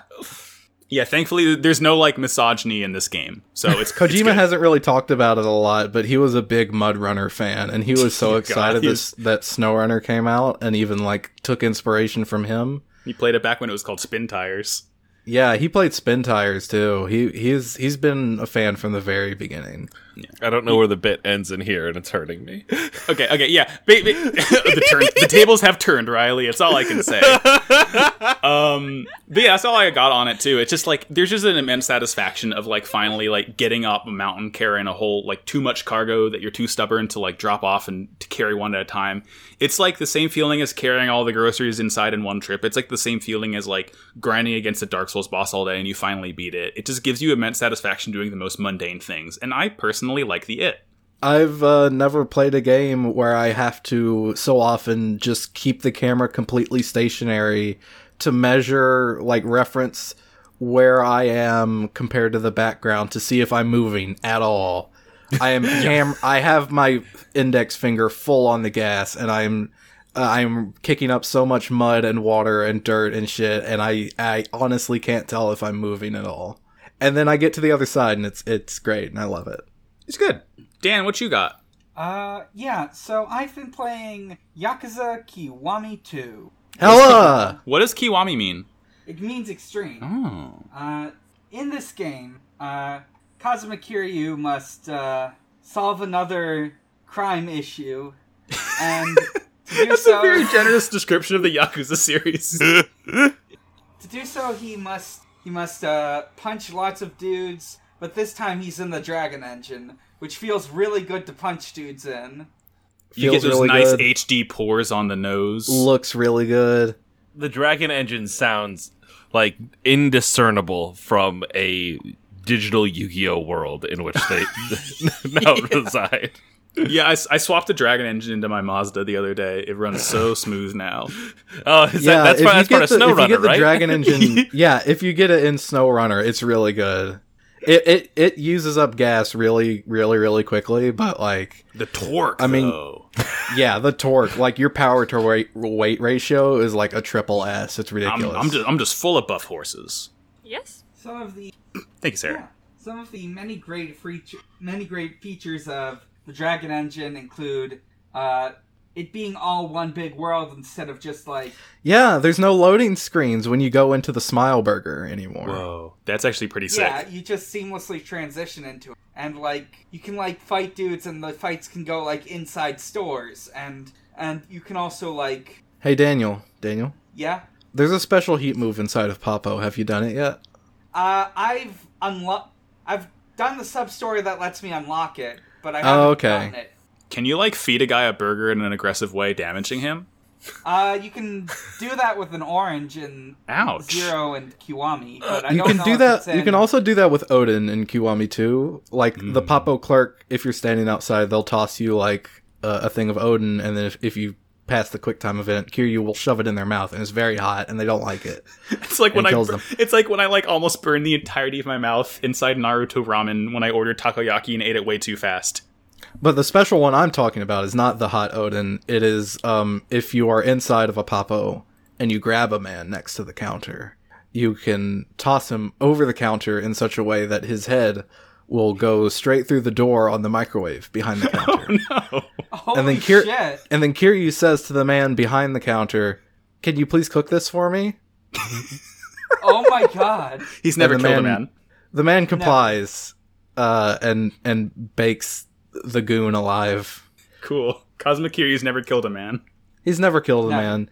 yeah, thankfully there's no like misogyny in this game, so it's it's
Kojima
good.
hasn't really talked about it a lot, but he was a big Mud Runner fan, and he was so excited
he's-
this, that SnowRunner came out, and even like took inspiration from him.
He played it back when it was called Spin Tires.
Yeah, he played Spin Tires too. He he's he's been a fan from the very beginning.
I don't know where the bit ends in here, and it's hurting me.
Okay, okay, yeah. Ba- ba- the, turn- the tables have turned, Riley. It's all I can say. Um, but yeah, that's all I got on it too. It's just like there's just an immense satisfaction of like finally like getting up a mountain carrying a whole like too much cargo that you're too stubborn to like drop off and to carry one at a time. It's like the same feeling as carrying all the groceries inside in one trip. It's like the same feeling as like grinding against a Dark Souls boss all day and you finally beat it. It just gives you immense satisfaction doing the most mundane things. And I personally like the it.
I've uh, never played a game where I have to so often just keep the camera completely stationary to measure, like, reference where I am compared to the background to see if I'm moving at all. I am cam. I have my index finger full on the gas, and I'm uh, I'm kicking up so much mud and water and dirt and shit, and I I honestly can't tell if I'm moving at all. And then I get to the other side, and it's it's great, and I love it.
It's good. Dan, what you got?
Uh, yeah, so I've been playing Yakuza Kiwami 2.
Hella.
What does Kiwami mean?
It means extreme.
Oh.
Uh, in this game, uh, Kazuma Kiryu must uh, solve another crime issue, and to do so,
Very generous description of the Yakuza series.
to do so, he must he must uh, punch lots of dudes. But this time, he's in the Dragon Engine, which feels really good to punch dudes in.
you get
Feels
those
really
nice
good.
HD pores on the nose.
looks really good.
the Dragon Engine sounds like indiscernible from a digital Yu-Gi-Oh world in which they now reside.
yeah, I, s- I swapped the Dragon engine into my Mazda the other day. It runs so smooth now.
Oh, is that, that's
if
part,
you
that's
get
part of
the- if you get
SnowRunner,
the
right?
Dragon Engine, yeah, if you get it in SnowRunner, it's really good. It, it it uses up gas really, really, really quickly, but like,
The torque.
I mean-
though.
yeah, the torque, like your power to weight, weight ratio is like a triple S. It's
I'm,
ridiculous.
I'm just I'm just full of buff horses.
Yes.
Some of the
Thank you, Sarah.
Yeah. Some of the many great feature, many great features of the Dragon Engine include uh, it being all one big world instead of just like
yeah, there's no loading screens when you go into the Smile Burger anymore.
Whoa, that's actually pretty sick.
yeah, you just seamlessly transition into it, and like you can like fight dudes, and the fights can go like inside stores, and and you can also like
Hey, Daniel, Daniel,
yeah,
there's a special heat move inside of Popo. Have you done it yet?
uh, I've unlocked, I've done the sub story that lets me unlock it, but I
Oh,
haven't
okay.
gotten it.
Can you like feed a guy a burger in an aggressive way, damaging him?
Uh, you can do that with an orange and
Ouch.
Zero and Kiwami. But I
you
don't
can
know
do
if
that
it's in-
you can also do that with odin in kiwami 2 like the popo clerk if you're standing outside they'll toss you like a a thing of odin and then if, if you pass the quick time event kiryu will shove it in their mouth and it's very hot and they don't like it
It's like when
It
I
kills
bur-
them.
it's like when I like almost burned the entirety of my mouth inside Naruto ramen when I ordered takoyaki and ate it way too fast.
but the special one i'm talking about is not the hot odin it is um if you are inside of a popo and you grab a man next to the counter you can toss him over the counter in such a way that his head will go straight through the door on the microwave behind the counter.
Holy
and then Kir-
shit!
and then Kiryu says to the man behind the counter, "Can you please cook this for me?"
Oh my god!
He's never
the
killed a
man-
man.
The man complies uh, and and bakes the goon alive.
Cool. Cosmic Kiryu's never killed a man.
He's never killed a
No.
man.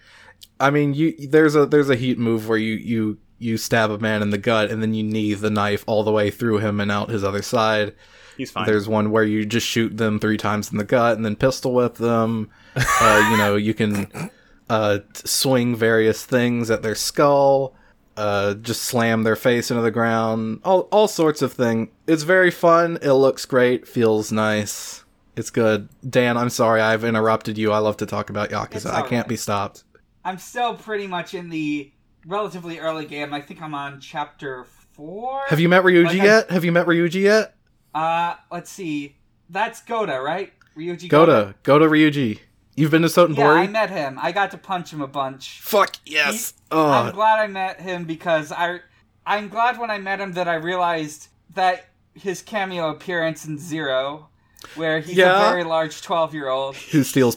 I mean, you there's a there's a heat move where you you you stab a man in the gut and then you knee the knife all the way through him and out his other side.
He's fine.
There's one where you just shoot them three times in the gut and then pistol whip them. uh, you know, you can uh, t- swing various things at their skull, uh, just slam their face into the ground, all, all sorts of thing. It's very fun. It looks great. Feels nice. It's good. Dan, I'm sorry I've interrupted you. I love to talk about
It's
Yakuza. I
all
can't
right.
be stopped.
I'm still pretty much in the relatively early game. I think I'm on chapter four.
Have you met Ryuji
Like I-
yet? Have you met Ryuji yet?
Uh, let's see. That's Goda, right? Ryuji
Go to go to Ryuji. You've been to Sotenbori?
Yeah, I met him. I got to punch him a bunch.
Fuck yes.
He-
Oh,
I'm glad I met him because I, I'm glad when I met him that I realized that his cameo appearance in Zero, where he's
Yeah.
a very large twelve-year-old.
who steals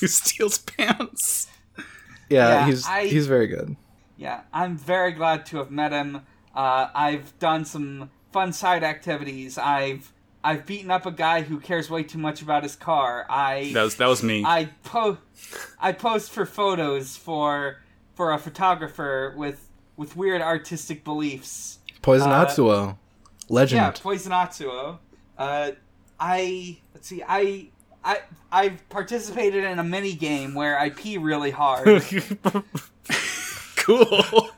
Who steals pants?
Yeah,
Yeah,
he's
I-
he's very good.
Yeah, I'm very glad to have met him. Uh, I've done some fun side activities. I've I've beaten up a guy who cares way too much about his car. I
That was that was me.
I po- I post for photos for for a photographer with with weird artistic beliefs.
Poison
Uh,
Atsuo, legend.
Yeah, Poison Atsuo. Uh, I let's see. I I I've participated in a mini game where I pee really hard.
cool.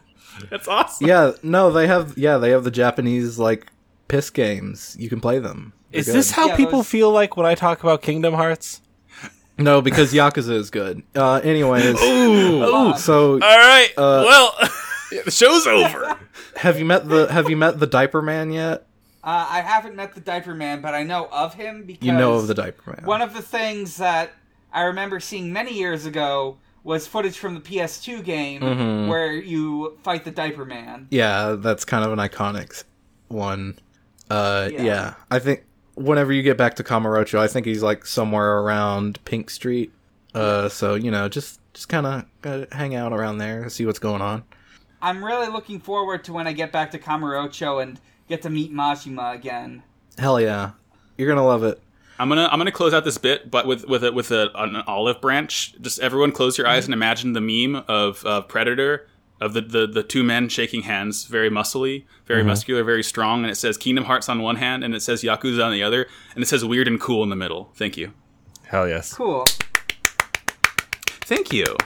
That's awesome.
Yeah, no, they have yeah they have the Japanese like piss games. You can play them. They're
Is this
good.
how
Yeah,
people
those-
feel like when I talk about Kingdom Hearts?
no because Yakuza is good. Uh, anyways, so
All right.
Uh,
well, the show's over.
have you met the have you met the diaper man yet?
Uh, I haven't met the Diaper Man, but I know of him because
You know of the diaper man.
One of the things that I remember seeing many years ago was footage from the PS2 game
Mm-hmm.
where you fight the Diaper Man.
yeah, that's kind of an iconic s- one. Uh, yeah.
Yeah.
I think whenever you get back to Kamurocho, I think he's like somewhere around Pink Street. Uh, so you know, just just kind of hang out around there, see what's going on.
I'm really looking forward to when I get back to Kamurocho and get to meet Majima again.
Hell yeah, you're gonna love it.
I'm gonna I'm gonna close out this bit, but with with a, with a, an olive branch. Just everyone, close your eyes and imagine the meme of uh, Predator of the, the the two men shaking hands, very muscly, very muscular, very strong, and it says Kingdom Hearts on one hand, and it says Yakuza on the other, and it says weird and cool in the middle. Thank you.
Hell yes.
Cool.
Thank you.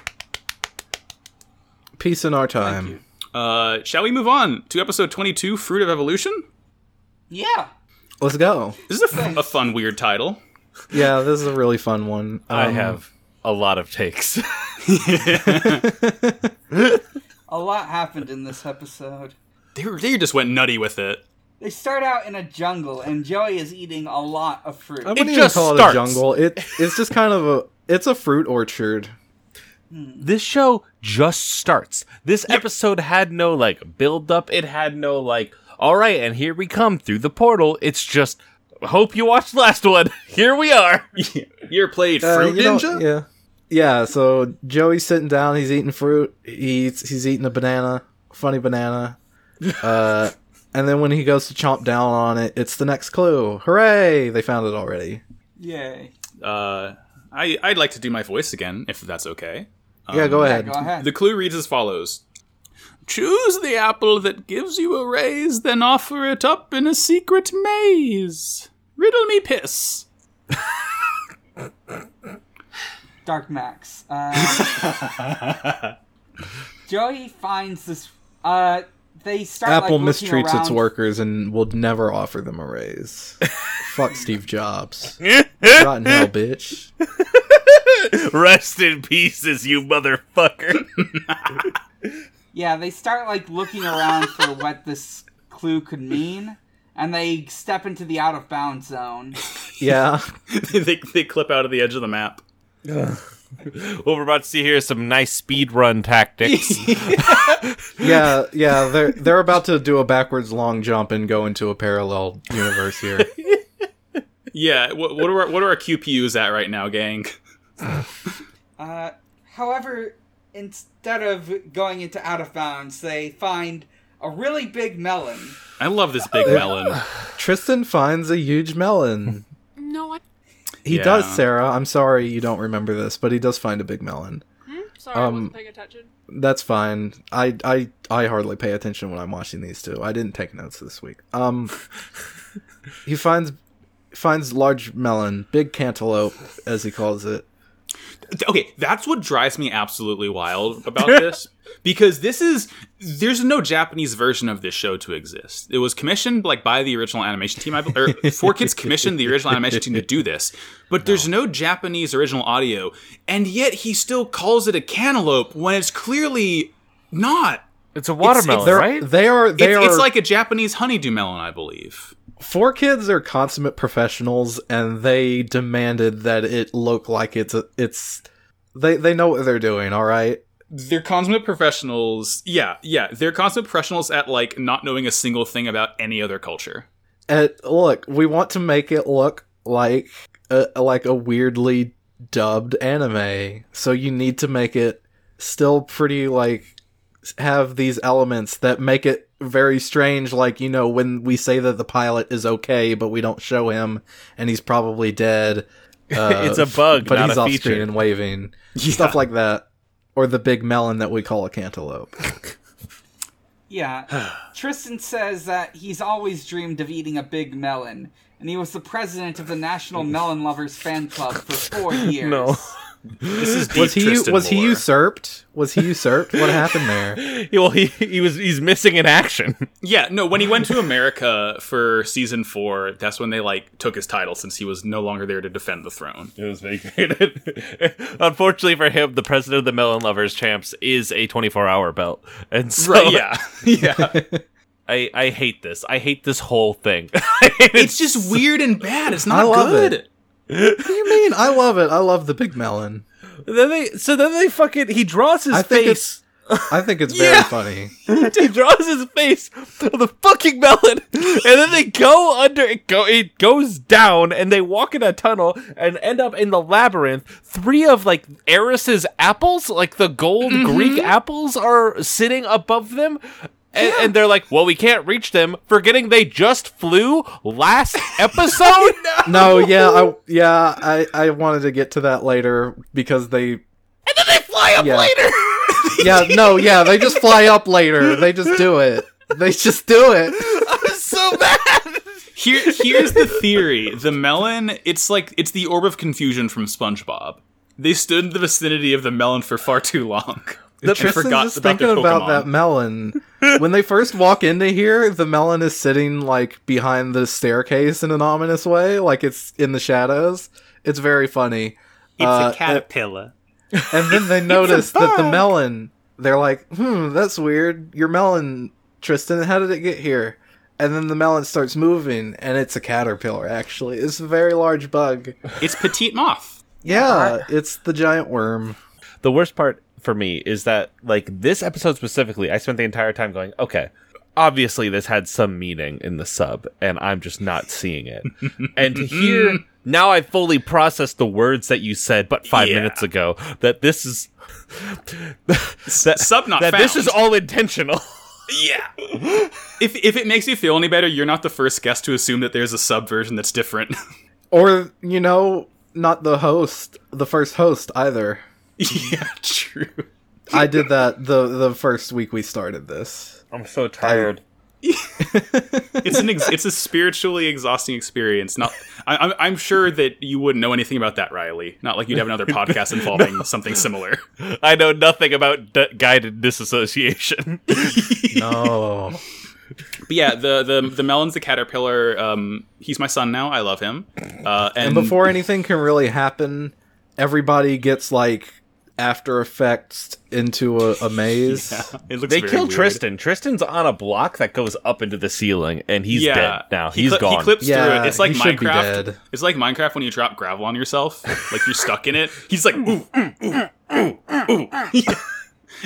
Peace in our time.
Uh, shall we move on to episode 22, Fruit of Evolution?
Yeah.
Let's go.
This is a, f- a fun, weird title.
Yeah, this is a really fun one.
I
Um,
have a lot of takes.
A lot happened in this episode.
They, were, they just went nutty with it.
They start out in a jungle, and Joey is eating a lot of fruit.
I wouldn't even
just
call
starts.
it a jungle. It it's just kind of a it's a fruit orchard.
this show just starts. This episode had no like build up. It had no like, all right, and here we come through the portal. It's just hope you watched last one. Here we are.
You ever played
Uh,
Fruit
you don't-
Ninja?
Yeah. Yeah, so Joey's sitting down, he's eating fruit, he's he's eating a banana, funny banana. Uh and then when he goes to chomp down on it, it's the next clue. Hooray! They found it already.
Yay.
Uh, I, I'd like to do my voice again, if that's okay. Um,
yeah, go
Yeah,
ahead.
go ahead.
The clue reads as follows Choose the apple that gives you a raise, then offer it up in a secret maze. Riddle me piss.
Dark Max. Uh, Joey finds this. Uh, they start
Apple
like, looking
mistreats its
around-
workers and will never offer them a raise. Fuck Steve Jobs. Rotten hell, bitch.
Rest in pieces, you motherfucker.
Yeah, they start like looking around for what this clue could mean, and they step into the out of bounds zone.
Yeah.
they, they clip out of the edge of the map.
what we're about to see here is some nice speed run tactics.
Yeah, yeah, they're they're about to do a backwards long jump and go into a parallel universe here.
Yeah, what, what are our, what are our QPUs at right now, gang?
Uh, however, instead of going into out of bounds, they find a really big melon.
I love this big melon.
Tristan finds a huge melon.
No, I.
He
Yeah.
does, Sarah. I'm sorry you don't remember this, but he does find a big melon.
Sorry,
Um,
I wasn't paying attention.
That's fine. I I I hardly pay attention when I'm watching these two. I didn't take notes this week. Um he finds finds large melon, big cantaloupe as he calls it.
Okay, that's what drives me absolutely wild about this because this is there's no Japanese version of this show to exist. It was commissioned like by the original animation team, I bel- or Four Kids commissioned the original animation team to do this, but there's no Japanese original audio, and yet he still calls it a cantaloupe when it's clearly not.
it's a watermelon,
They're,
right?
They are they
It's,
are
it's like a Japanese honeydew melon, I believe.
four kids are consummate professionals and they demanded that it look like it's a, it's they they know what they're doing, all right?
they're consummate professionals. Yeah, yeah, they're consummate professionals at like not knowing a single thing about any other culture.
And look, we want to make it look like a, like a weirdly dubbed anime, so you need to make it still pretty like s- have these elements that make it very strange like you know when we say that the pilot is okay but we don't show him and he's probably dead uh,
It's a bug,
but
not
he's
a
off
feature.
screen and waving stuff like that or the big melon that we call a cantaloupe
Yeah. Tristan says that he's always dreamed of eating a big melon, and he was the president of the National Melon Lovers Fan Club for four years.
No.
was he
Tristan
was he
lore.
usurped was he usurped what happened there
well, he, he was he's missing in action.
Yeah, no, when he went to America for season 4, that's when they like took his title since he was no longer there to defend the throne.
It was vacated. Unfortunately for him, the president of the Melon Lovers Champs is a 24 hour belt, and so
Right, yeah. yeah.
I I hate this. I hate this whole thing. I hate it
It's just weird and bad. It's not
I love
good.
it. What do you mean? I love it. I love the big melon.
Then they so then they fucking he draws his
I think
face.
I think it's very
Yeah.
funny.
he draws his face on the fucking melon, and then they go under. It go it goes down, and they walk in a tunnel and end up in the labyrinth. Three of like Eris's apples, like the gold Greek apples, are sitting above them. And, and they're like, well, we can't reach them, forgetting they just flew last episode.
No, yeah, I yeah, I I wanted to get to that later because they
They fly up
Yeah.
later.
yeah, no, yeah, they just fly up later. They just do it. They just do it.
so bad.
Here here's the theory. The melon, it's like it's the orb of confusion from SpongeBob. They stood in the vicinity of the melon for far too long. The
Tristan's just thinking about that melon. When they first walk into here, the melon is sitting like behind the staircase in an ominous way, like it's in the shadows. It's very funny.
It's
Uh,
a caterpillar.
And then they notice that the melon, they're like, hmm, that's weird. Your melon, Tristan, how did it get here? And then the melon starts moving, and it's a caterpillar, actually. It's a very large bug.
it's petite moth.
Yeah, it's the giant worm.
the worst part for me is that like this episode specifically i spent the entire time going okay obviously this had some meaning in the sub and i'm just not seeing it and to hear now i fully processed the words that you said but five
Yeah.
minutes ago that this is that,
Sub not
that
found.
this is all intentional
Yeah. if if it makes you feel any better, you're not the first guest to assume that there's a sub version that's different.
Or, you know, not the host, the first host either.
yeah, true.
I did that the the first week we started this.
i'm so tired
It's an ex- it's a spiritually exhausting experience. Not I, I'm I'm sure that you wouldn't know anything about that, Riley. Not like you'd have another podcast involving something similar.
i know nothing about d- guided disassociation
No.
But yeah, the the the melon's the caterpillar. Um, he's my son now. I love him. Uh, and,
Before anything can really happen, everybody gets like After Effects into a, a maze.
It looks
They
very
killed
weird.
Tristan. Tristan's on a block that goes up into the ceiling, and he's
yeah.
dead now.
He
He's
cli-
gone.
He clips through
Yeah,
it. It's like
he should be
Minecraft.
dead.
It's like Minecraft when you drop gravel on yourself, like you're stuck in it. He's like, ooh, ooh, ooh, ooh, ooh, ooh. and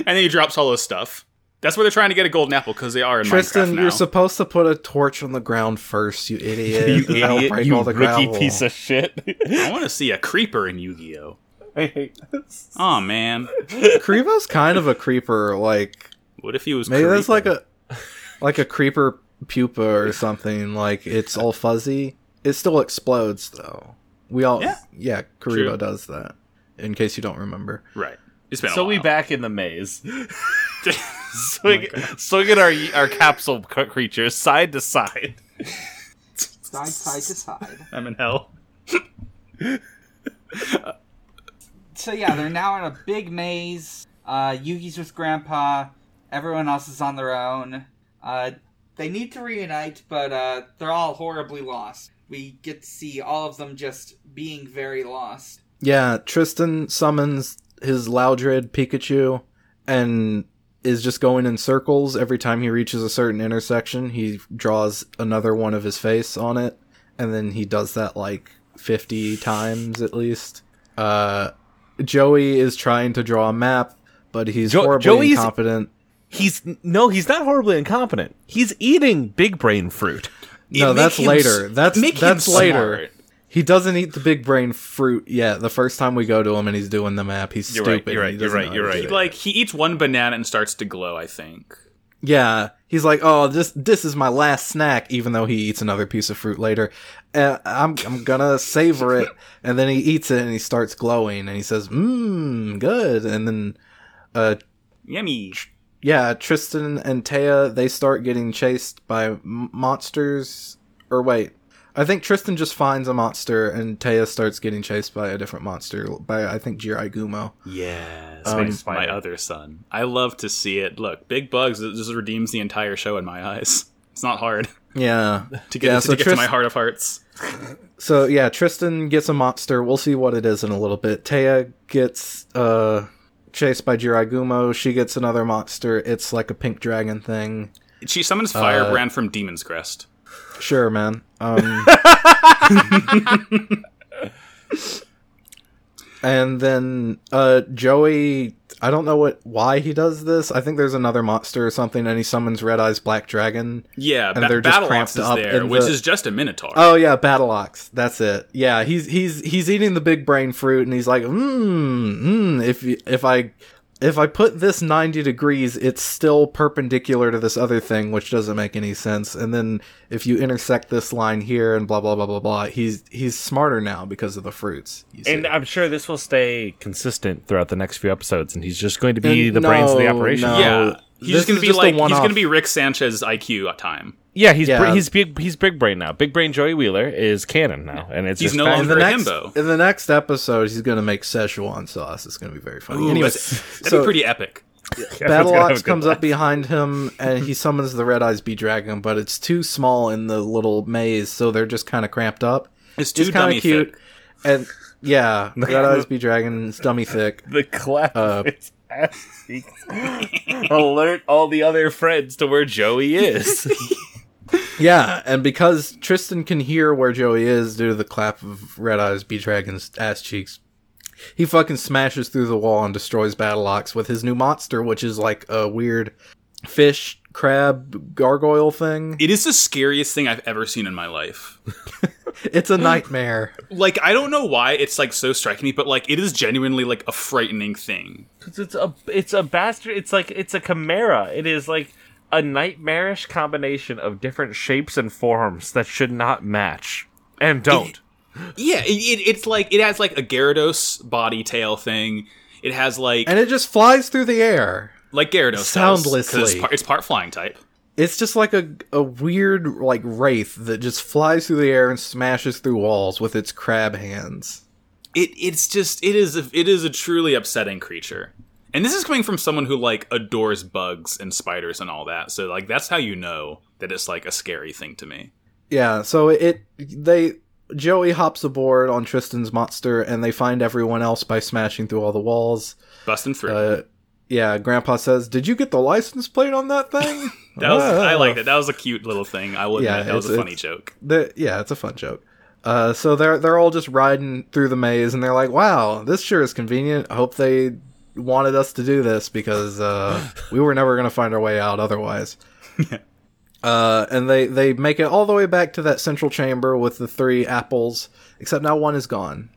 then he drops all his stuff. That's where they're trying to get a golden apple because they are in Minecraft
Tristan,
now.
you're supposed to put a torch on the ground first, you idiot.
you
and that'll
idiot,
break
you
all the
rookie
gravel.
piece of shit.
I want to see a creeper in Yu-Gi-Oh.
I hate
Oh man,
Krivo's kind of a creeper, like
what if he was?
maybe that's like
creeping?
a like a creeper pupa or something, like it's all fuzzy. It still explodes though. We all
Yeah.
yeah,
True.
Karibo does that. In case you don't remember.
right. It's been a
so we
while.
back in the maze. swing, swinging our our capsule c- creatures side to side.
Side, side to side.
I'm in hell.
So yeah, they're now in a big maze. Uh, Yugi's with Grandpa. Everyone else is on their own. Uh, they need to reunite, but uh, they're all horribly lost. We get to see all of them just being very lost.
Yeah, Tristan summons his Loudred Pikachu and is just going in circles. Every time he reaches a certain intersection, he draws another one of his face on it, and then he does that like 50 times at least. Uh, Joey is trying to draw a map, but he's
Jo-
horribly
Joey's-
incompetent.
He's no, he's not horribly incompetent. He's eating big brain fruit.
No,
make
that's
him
later.
s-
That's
make him
that's later.
smart.
He doesn't eat the big brain fruit yet. The first time we go to him and he's doing the map, he's
You're right,
stupid.
you're
He
right, you're
doesn't
right,
know
you're
how to
right.
do it.
Like he eats one banana and starts to glow. I think.
Yeah, he's like, "Oh, this this is my last snack," even though he eats another piece of fruit later. Uh, I'm I'm gonna savor it, and then he eats it and he starts glowing and he says, "Mmm, good." And then, uh,
Yummy.
yeah, Tristan and Taya they start getting chased by m- monsters. Or wait, I think Tristan just finds a monster and Taya starts getting chased by a different monster by I think Jirai Gumo.
Yes, my- my,
spider.
other son. I love to see it. Look, Big Bugs it just redeems the entire show in my eyes. It's not hard
Yeah,
to get,
yeah,
to, get to
Tris-
my heart of hearts.
So yeah, Tristan gets a monster. We'll see what it is in a little bit. Taya gets uh chased by Jiragumo. She gets another monster. It's like a pink dragon thing.
She summons
Uh,
Firebrand from Demon's Crest.
Sure, man. Um And then uh Joey I don't know what why he does this. I think there's another monster or something and he summons Red Eyes Black Dragon.
Yeah,
And
ba-
they're just
Battleops
cramped
is
up
there,
in
which
the-
is just a Minotaur.
Oh yeah, Battleox. That's it. Yeah, he's he's he's eating the big brain fruit, and he's like, mmm, mm, if y- if I if I put this ninety degrees, it's still perpendicular to this other thing, which doesn't make any sense. And then if you intersect this line here, and blah blah blah blah blah, he's he's smarter now because of the fruits. you see.
uh,
And I'm sure this will stay consistent throughout the next few episodes, and he's just going to be
And
the brains of the
no,
operation.
no.
yeah,
Oh,
he's
this
just gonna
is
be
just a
like he's
one-off.
gonna be Rick Sanchez IQ at time.
Yeah, he's
Yeah.
Br- he's big he's big brain now. Big brain Joey Wheeler is canon now, and it's
He's
just
no
back-
longer-
in the
for
next
Himbo.
in the next episode, he's gonna make Szechuan sauce. It's gonna be very funny.
Ooh,
Anyways,
that's- that'd
so-
be pretty epic.
Everyone's gonna have a
Battleox
good
comes
laugh.
up behind him and he summons the Red Eyes Bee Dragon, but it's too small in the little maze, so they're just kind of cramped up.
It's too
kinda
dummy cute.
And yeah, Red Eyes Bee Dragon is dummy thick.
The clap
Uh,
of its ass cheeks. Alert all the other friends to where Joey is.
Yeah, and because Tristan can hear where Joey is due to the clap of Red Eyes Bee Dragon's ass cheeks, he fucking smashes through the wall and destroys Battleox with his new monster, which is like a weird fish crab gargoyle thing.
It is the scariest thing I've ever seen in my life.
It's a nightmare.
Like I don't know why it's like so striking me, but like it is genuinely like a frightening thing.
it's a it's a bastard. It's like it's a chimera. It is like a nightmarish combination of different shapes and forms that should not match and don't.
Yeah, it, it, it's like it has like a Gyarados body tail thing. It has like
and it just flies through the air.
like Gyarados does, 'cause It's
Soundlessly.
part, it's part flying type.
It's just like a a weird like wraith that just flies through the air and smashes through walls with its crab hands.
It it's just it is a, it is a truly upsetting creature. And this is coming from someone who like adores bugs and spiders and all that. So like that's how you know that it's like a scary thing to me.
Yeah, so it they Joey hops aboard on Tristan's monster, and they find everyone else by smashing through all the walls.
Busting through.
Uh, yeah, Grandpa says, "Did you get the license plate on that thing?"
that was
Ah.
I liked it. That was a cute little thing. I will
Yeah,
admit that was a
it's-
funny
it's-
joke.
The- yeah, it's a fun joke. Uh, so they're they're all just riding through the maze, and they're like, "Wow, this sure is convenient." I hope they wanted us to do this because uh, we were never going to find our way out otherwise. Uh, and they they make it all the way back to that central chamber with the three apples, except now one is gone.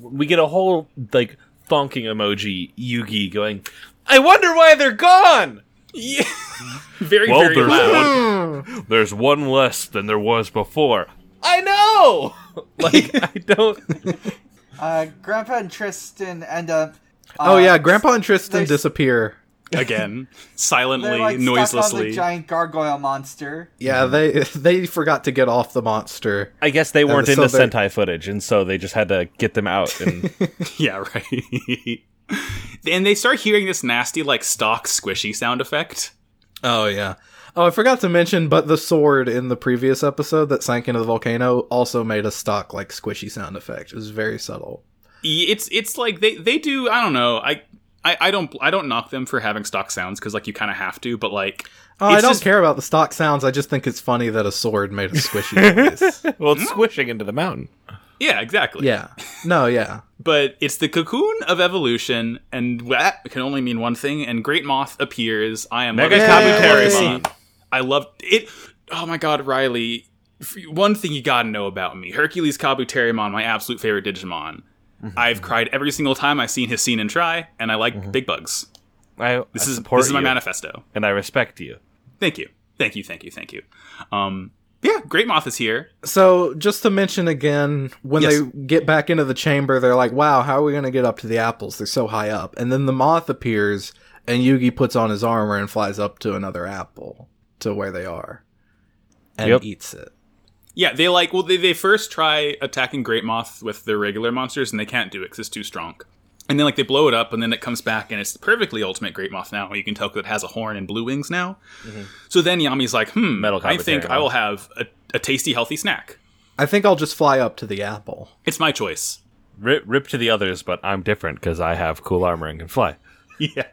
we get a whole like thonking emoji Yugi going, I wonder why they're gone.
Very
Well,
very
there's
loud.
one, there's one less than there was before. I know. like I don't.
Uh, Grandpa and Tristan end up.
oh
uh,
yeah, Grandpa and Tristan
there's-
disappear.
again,
They're
silently,
like stuck on the
noiselessly.
giant gargoyle monster.
Yeah, they they forgot to get off the monster.
I guess they weren't
so
into
they're-
Sentai footage, and so they just had to get them out. And
yeah, right. and they start hearing this nasty, like stock squishy sound effect.
Oh yeah. Oh, I forgot to mention, but the sword in the previous episode that sank into the volcano also made a stock like squishy sound effect. It was very subtle.
Y- It's it's like they they do. I don't know. I. I, I don't I don't knock them for having stock sounds because like you kind of have to, but like
Oh, I
It's
don't
just-
care about the stock sounds. I just think it's funny that a sword made a squishy noise.
well, it's squishing into the mountain.
yeah, exactly.
Yeah. No. Yeah.
But it's the cocoon of evolution, and that can only mean one thing. And Great Moth appears. I am
Mega
loving
commentary.
Pokemon. I love it. Oh my god, Riley! f- One thing you gotta know about me: Hercules Kabuterimon, my absolute favorite Digimon.
Mm-hmm.
I've cried every single time I've seen his scene and try, and I like big bugs.
I
This
Mm-hmm. I
is
support
this is my
you,
manifesto.
and I respect you.
Thank you, thank you, thank you, thank you. Um, yeah, Great Moth is here.
So just to mention again, when
Yes.
they get back into the chamber, they're like, "Wow, how are we going to get up to the apples? They're so high up." And then the moth appears, and Yugi puts on his armor and flies up to another apple to where they are, and
Yep.
eats it.
Yeah, they like well they, they first try attacking Great Moth with their regular monsters and they can't do it because it's too strong. And then like they blow it up and then it comes back and it's perfectly ultimate Great Moth now. You can tell 'cause it has a horn and blue wings now. So then Yami's like, hmm,
Metal
I think
commentary,
I will
huh?
have a, a tasty, healthy snack.
I think I'll just fly up to the apple.
It's my choice.
Rip, rip to the others, but I'm different because I have cool armor and can fly.
yeah.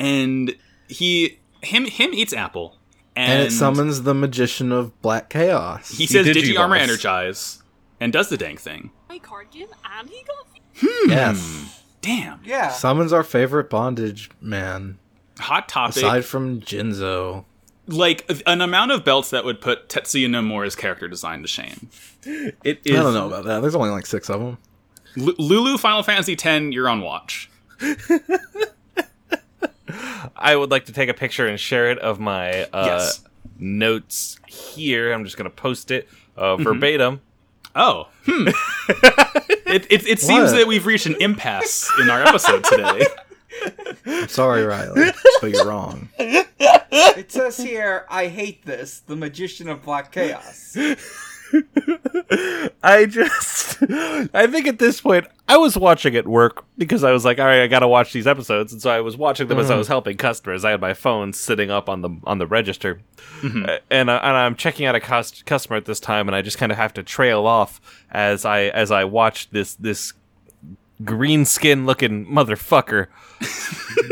And he him him eats apple and,
And, it summons the magician of black chaos.
he says
Digi
Digi Armor
Balls.
Energize and does the dang thing.
My card game, and he got
yes.
Damn.
Yeah.
Summons our favorite bondage man,
Hot topic.
aside from Jinzo.
like an amount of belts that would put Tetsuya Nomura's character design to shame.
It
I
is.
don't know about that. There's only like six of them.
L- Lulu Final Fantasy X, you're on watch.
I would like to take a picture and share it of my uh,
Yes.
notes here. I'm just going to post it uh, verbatim.
Oh, hmm. it it, it seems
What?
that we've reached an impasse in our episode today.
I'm sorry, Riley, but you're wrong.
It says here, I hate this, the magician of black chaos.
I just, I think at this point, I was watching at work because I was like, all right, I got to watch these episodes, and so I was watching them as I was helping customers. I had my phone sitting up on the on the register, Uh, and I, and I'm checking out a cus- customer at this time, and I just kind of have to trail off as I as I watch this this green skin looking motherfucker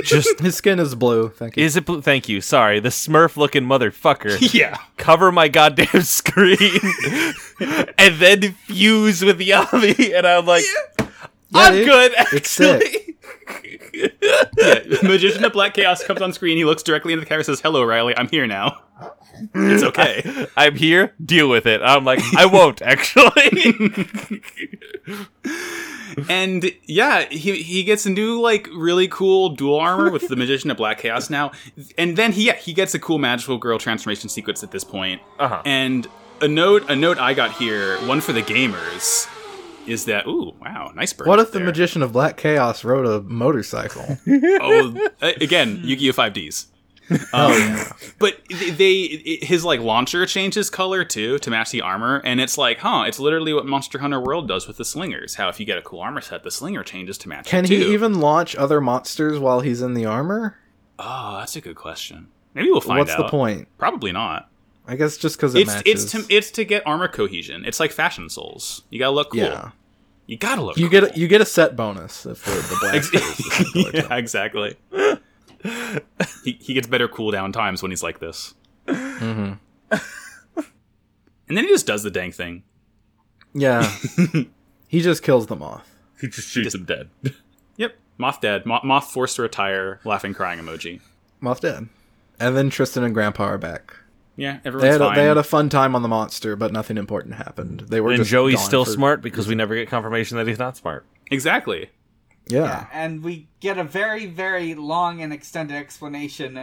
just
His skin is blue. Thank you.
Is it blue? Thank you. Sorry, the Smurf looking motherfucker.
yeah,
Cover my goddamn screen, and then fuse with Yami, and I'm like,
Yeah,
I'm
dude.
good.
It's sick.
Actually,
Magician of Black Chaos comes on screen. He looks directly into the camera, and says, "Hello, Riley. I'm here now. It's okay."
I'm here. Deal with it. I'm like, I won't actually.
and yeah, he he gets a new like really cool dual armor with the Magician of Black Chaos now, and then he yeah, he gets a cool magical girl transformation sequence at this point.
Uh-huh.
And a note a note I got here, one for the gamers, is that ooh wow nice bird.
What if the
there.
magician of black chaos rode a motorcycle?
oh, uh, again, Yu-Gi-Oh! 5Ds.
Oh,
Um, But th- they, i- his like launcher changes color too to match the armor, and it's like, huh? It's literally what Monster Hunter World does with the slingers. How if you get a cool armor set, the slinger changes to match.
Can
it, too.
he even launch other monsters while he's in the armor?
Oh, that's a good question. Maybe we'll find
What's
out.
the point?
Probably not.
I guess just because it
It's
matches.
it's to it's to get armor cohesion. It's like fashion souls. You gotta look cool.
yeah.
You gotta look.
You
cool.
get a, you get a set bonus if the, the black
yeah, exactly. he, he gets better cooldown times when he's like this.
Mm-hmm.
and then he just does the dang thing.
Yeah. he just kills the moth.
He just shoots him dead.
Yep. Moth dead. Mo- Moth forced to retire. Laughing, crying emoji.
Moth dead. And then Tristan and Grandpa are back.
Yeah,
They
everyone's
had, a,
fine.
they had a fun time on the monster, but nothing important happened. They were
And
just
Joey's
gone
still
for-
smart because we never get confirmation that he's not smart.
exactly.
Yeah.
And we get a very, very long and extended explanation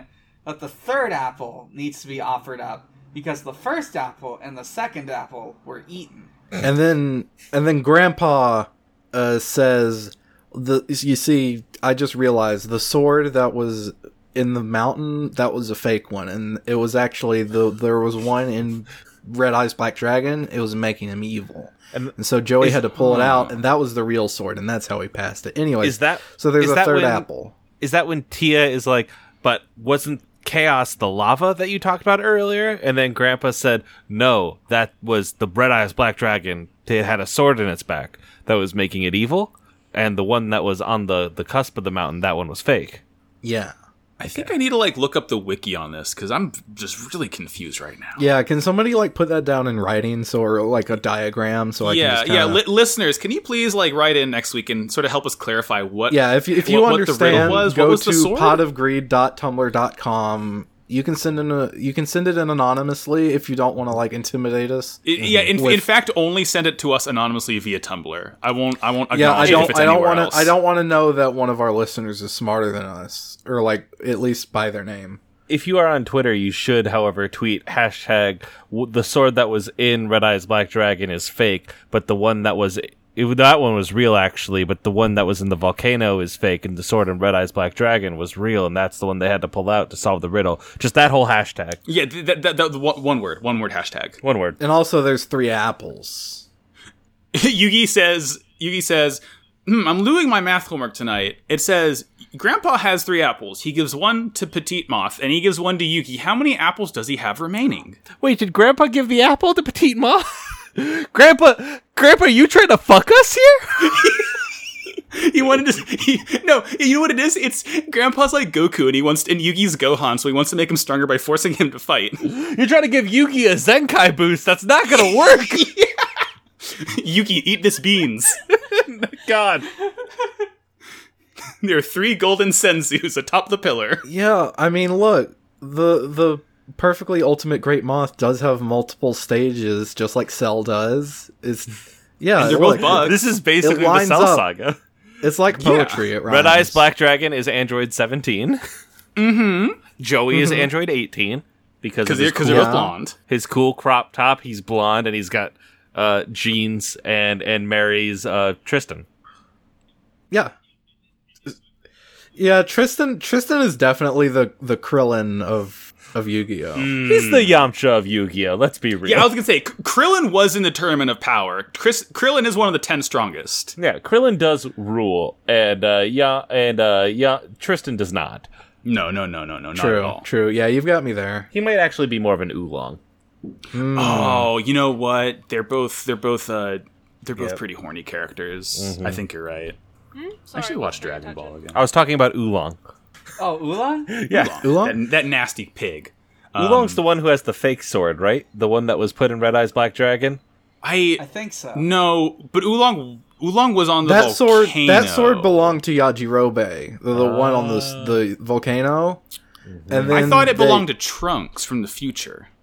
that the third apple needs to be offered up because the first apple and the second apple were eaten.
and then and then grandpa uh, says the you see i just realized the sword that was in the mountain that was a fake one and it was actually the there was one in red eyes black dragon it was making him evil and, so joey had to pull it out and that was the real sword and that's how he passed it anyway
Hmm. Is that-
so there's
is
a
that
third
when-
apple
Is that when Tia is like, but wasn't chaos the lava that you talked about earlier? And then Grandpa said, no, that was the red eyes black dragon. It had a sword in its back that was making it evil. And the one that was on the, the cusp of the mountain, that one was fake.
yeah
I think I need to like look up the wiki on this because I'm just really confused right now.
yeah can somebody like put that down in writing so or like a diagram so i
yeah,
can just
yeah.
kinda-
Li- listeners, can you please like write in next week and sort of help us clarify what?
yeah if, you- if you
what- what the riddle
understand
was,
go
what was
to
the sword?
potofgreed.tumblr.com you can send in a you can send it in anonymously if you don't want to like intimidate us
I- yeah, in, in
Mm-hmm. With-
fact, only send it to us anonymously via Tumblr. I won't. I won't.
yeah i
acknowledge it If
don't
it's
i don't
anywhere
want
else.
to i don't want to know that one of our listeners is smarter than us or like at least by their name
If you are on Twitter, you should, however, tweet hashtag w- the sword that was in Red Eyes Black Dragon is fake, but the one that was. It, that one was real, actually, but the one that was in the volcano is fake, and the sword in Red Eyes Black Dragon was real, and that's the one they had to pull out to solve the riddle. Just that whole hashtag.
Yeah, th- th- th- th- one one word. One word. Hashtag.
One word.
and also there's three apples
Yugi says. Yugi says. Hmm, I'm doing my math homework tonight. It says Grandpa has three apples. He gives one to Petite Moth, and he gives one to Yuki. How many apples does he have remaining?
Wait, did Grandpa give the apple to Petite Ma? Grandpa, Grandpa, you trying to fuck us here?
He wanted to. He, no, you know what it is? It's Grandpa's like Goku, and he wants, and Yugi's Gohan, so he wants to make him stronger by forcing him to fight.
You're trying to give Yugi a Zenkai boost. That's not gonna work.
Yuki, eat this beans.
God.
There are three golden senzus atop the pillar.
yeah i mean look the the perfectly ultimate great moth does have multiple stages just like cell does it's yeah
They're both
look,
bugs.
This is basically the
lines
Cell
up.
Saga.
it's like poetry it
Red Eyes
rhymes.
Black Dragon is Android 17. Mm-hmm. Joey is Android 18 because of
because they're,
his,
cause
cool,
they're both
Yeah.
blonde.
his cool crop top. He's blonde and he's got uh, jeans and and marries uh, Tristan.
Yeah. Yeah, Tristan Tristan is definitely the the Krillin of of Yu-Gi-Oh.
He's the Yamcha of Yu-Gi-Oh. Let's be real.
Yeah, I was gonna say K- Krillin was in the tournament of power. Chris Krillin is one of the ten strongest.
Yeah, Krillin does rule, and uh, yeah, and uh, yeah, Tristan does not.
No, no, no, no, no, not at
True.
all.
True. Yeah, you've got me there.
He might actually be more of an oolong.
Oh, you know what? They're both they're both uh they're both pretty horny characters.
Mm-hmm.
I think you're right. I
Sorry,
should watch
I didn't
Dragon
touch
Ball
it.
again.
I was talking about oolong.
Oh, Ulan?
That,
Oolong?
that nasty pig.
Oolong's the one who has the fake sword, right? The one that was put in Red Eyes Black Dragon.
I,
I think so.
no, but Oolong Oolong was on the
That sword
volcano.
that sword belonged to Yajirobe, the, the one on the s- the volcano. And then
I thought it belonged to Trunks from the future.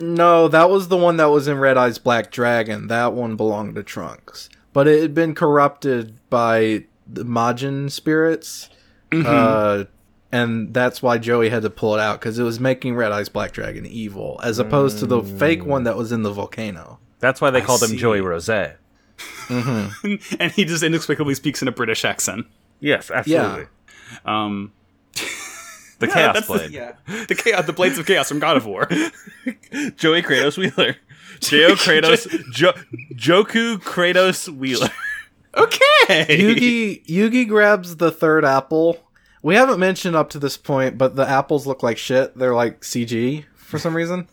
No, that was the one that was in Red Eyes Black Dragon. That one belonged to Trunks. But it had been corrupted by the Majin spirits. Uh, and that's why Joey had to pull it out because it was making Red Eyes Black Dragon evil, as opposed to the fake one that was in the volcano.
That's why they called
see.
him Joey Rose.
and he just inexplicably speaks in a British accent.
Yes,
absolutely.
Um,
The Chaos
that's the-
Blade.
Yeah.
the chaos, the blades of chaos from God of War.
Joey Kratos Wheeler. Joe Kratos. jo- Joku Kratos Wheeler.
Okay.
Yugi Yugi grabs the third apple. We haven't mentioned up to this point, but the apples look like shit. They're like CG for some reason.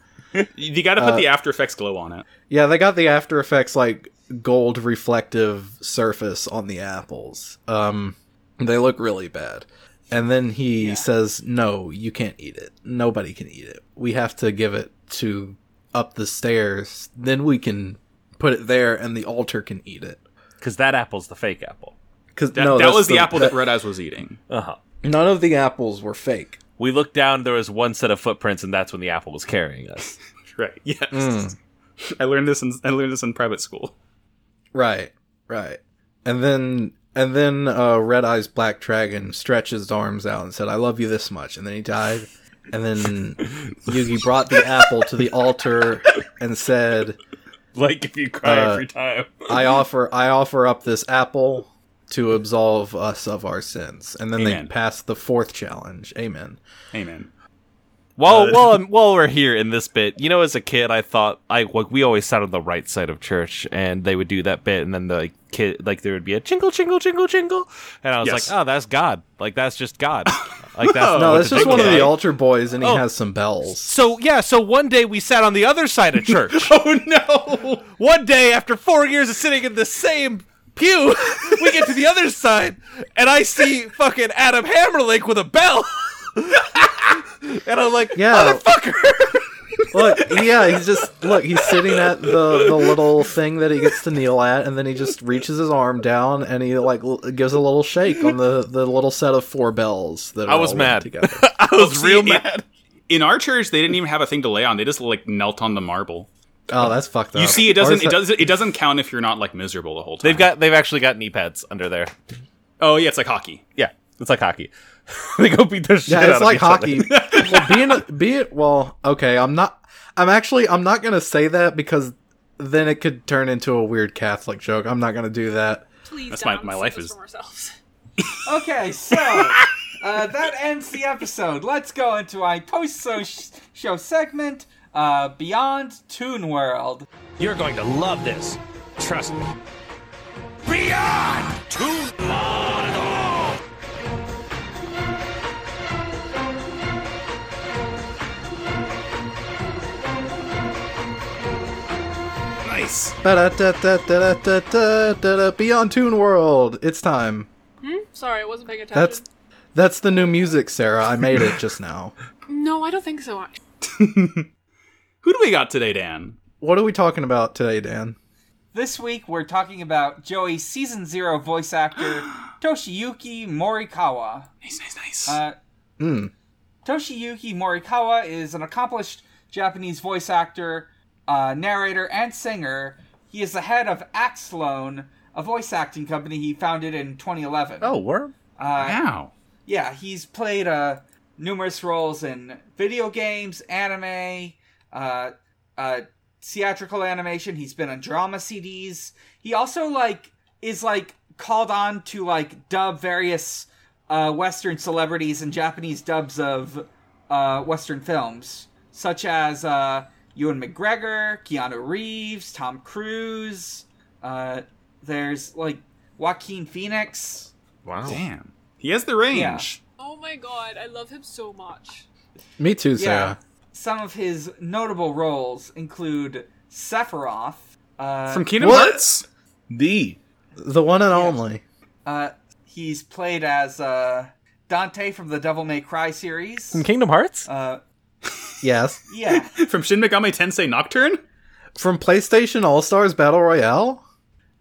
You got to put
Uh,
the After Effects glow on it.
Yeah, they got the After Effects like gold reflective surface on the apples. Um, they look really bad. And then he says, "No, you can't eat it. Nobody can eat it. We have to give it to up the stairs. Then we can put it there, and the altar can eat it."
because that apple's the fake apple.
Because
That, that was the, apple that Red Eyes was eating.
none of the apples were fake.
We looked down. There was one set of footprints, and that's when the apple was carrying us.
Right. Yes.
Mm.
I learned this in I learned this in private school.
Right, right. And then and then uh, Red Eye's Black Dragon stretched his arms out and said, "I love you this much," and then he died. And then Yugi brought the apple to the altar and said,
like if you cry
Uh,
every time.
"I offer, I offer up this apple to absolve us of our sins." And then
Amen.
they passed the fourth challenge. Amen.
Amen.
While while I'm, while we're here in this bit, you know, as a kid, I thought I like we always sat on the right side of church, and they would do that bit, and then the like, kid like there would be a jingle, jingle, jingle, jingle, and I was
Yes.
like, oh, that's God, like that's just God, like that's
No,
what
that's
to
just
do
one of
Oh, with
the
it.
altar boys, and he
Oh.
has some bells.
So yeah, so one day we sat on the other side of church. oh no! One day after four years of sitting in the same pew, we get to the other side, and I see fucking Adam Hammerlake with a bell, and I'm like,
Yeah.
motherfucker.
look, yeah, he's just look. He's sitting at the the little thing that he gets to kneel at, and then he just reaches his arm down and he like l- gives a little shake on the the little set of four bells that are
I was
all
mad.
together.
I was real
See,
mad.
In our church, they didn't even have a thing to lay on. They just like knelt on the marble.
Oh, that's fucked up.
You see, it
Or
doesn't
is
it
that-
doesn't it doesn't count if you're not like miserable the whole time.
Uh, They've got they've actually got knee pads under there.
oh yeah, it's like hockey.
Yeah, it's like hockey. they go beat the shit
Yeah,
out
it's
of
like
each other.
hockey. well, being a, be it well, okay. I'm not. I'm actually. I'm not gonna say that because then it could turn into a weird Catholic joke. I'm not gonna do that.
Please,
That's my-
Dan,
my
save
life
us
is-
from ourselves.
Okay, so uh, that ends the episode. Let's go into our post-show segment, uh, Beyond Toon World.
You're going to love this. Trust me. Beyond Toon World! Nice.
Ba-da-da-da-da-da-da-da-da. Beyond Toon World, it's time.
Sorry, I wasn't paying attention.
That's that's the new music, Sarah. I made it just now.
No, I don't think so. Actually.
Who do we got today, Dan?
What are we talking about today, Dan?
This week we're talking about Joey's season zero voice actor Toshiyuki Morikawa.
Nice, nice, nice.
Uh, Toshiyuki Morikawa is an accomplished Japanese voice actor, uh, narrator, and singer. He is the head of Axlone, a voice acting company he founded in 2011.
Oh, worm.
wow.
Yeah, he's played uh, numerous roles in video games, anime, uh, uh, theatrical animation. He's been on drama CDs. He also like is like called on to like dub various uh, Western celebrities and Japanese dubs of uh, Western films, such as uh, Ewan McGregor, Keanu Reeves, Tom Cruise. Uh, there's like Joaquin Phoenix.
Damn. He has the range.
Yeah.
Oh my god, I love him so much.
Me too,
Yeah.
Sarah.
Some of his notable roles include Sephiroth, uh,
From Kingdom
What?
Hearts?
The
The one and only.
uh, he's played as uh, Dante from the Devil May Cry series.
Kingdom Hearts.
Uh,
Yes.
yeah,
From Shin Megami Tensei Nocturne?
From PlayStation All Stars Battle Royale?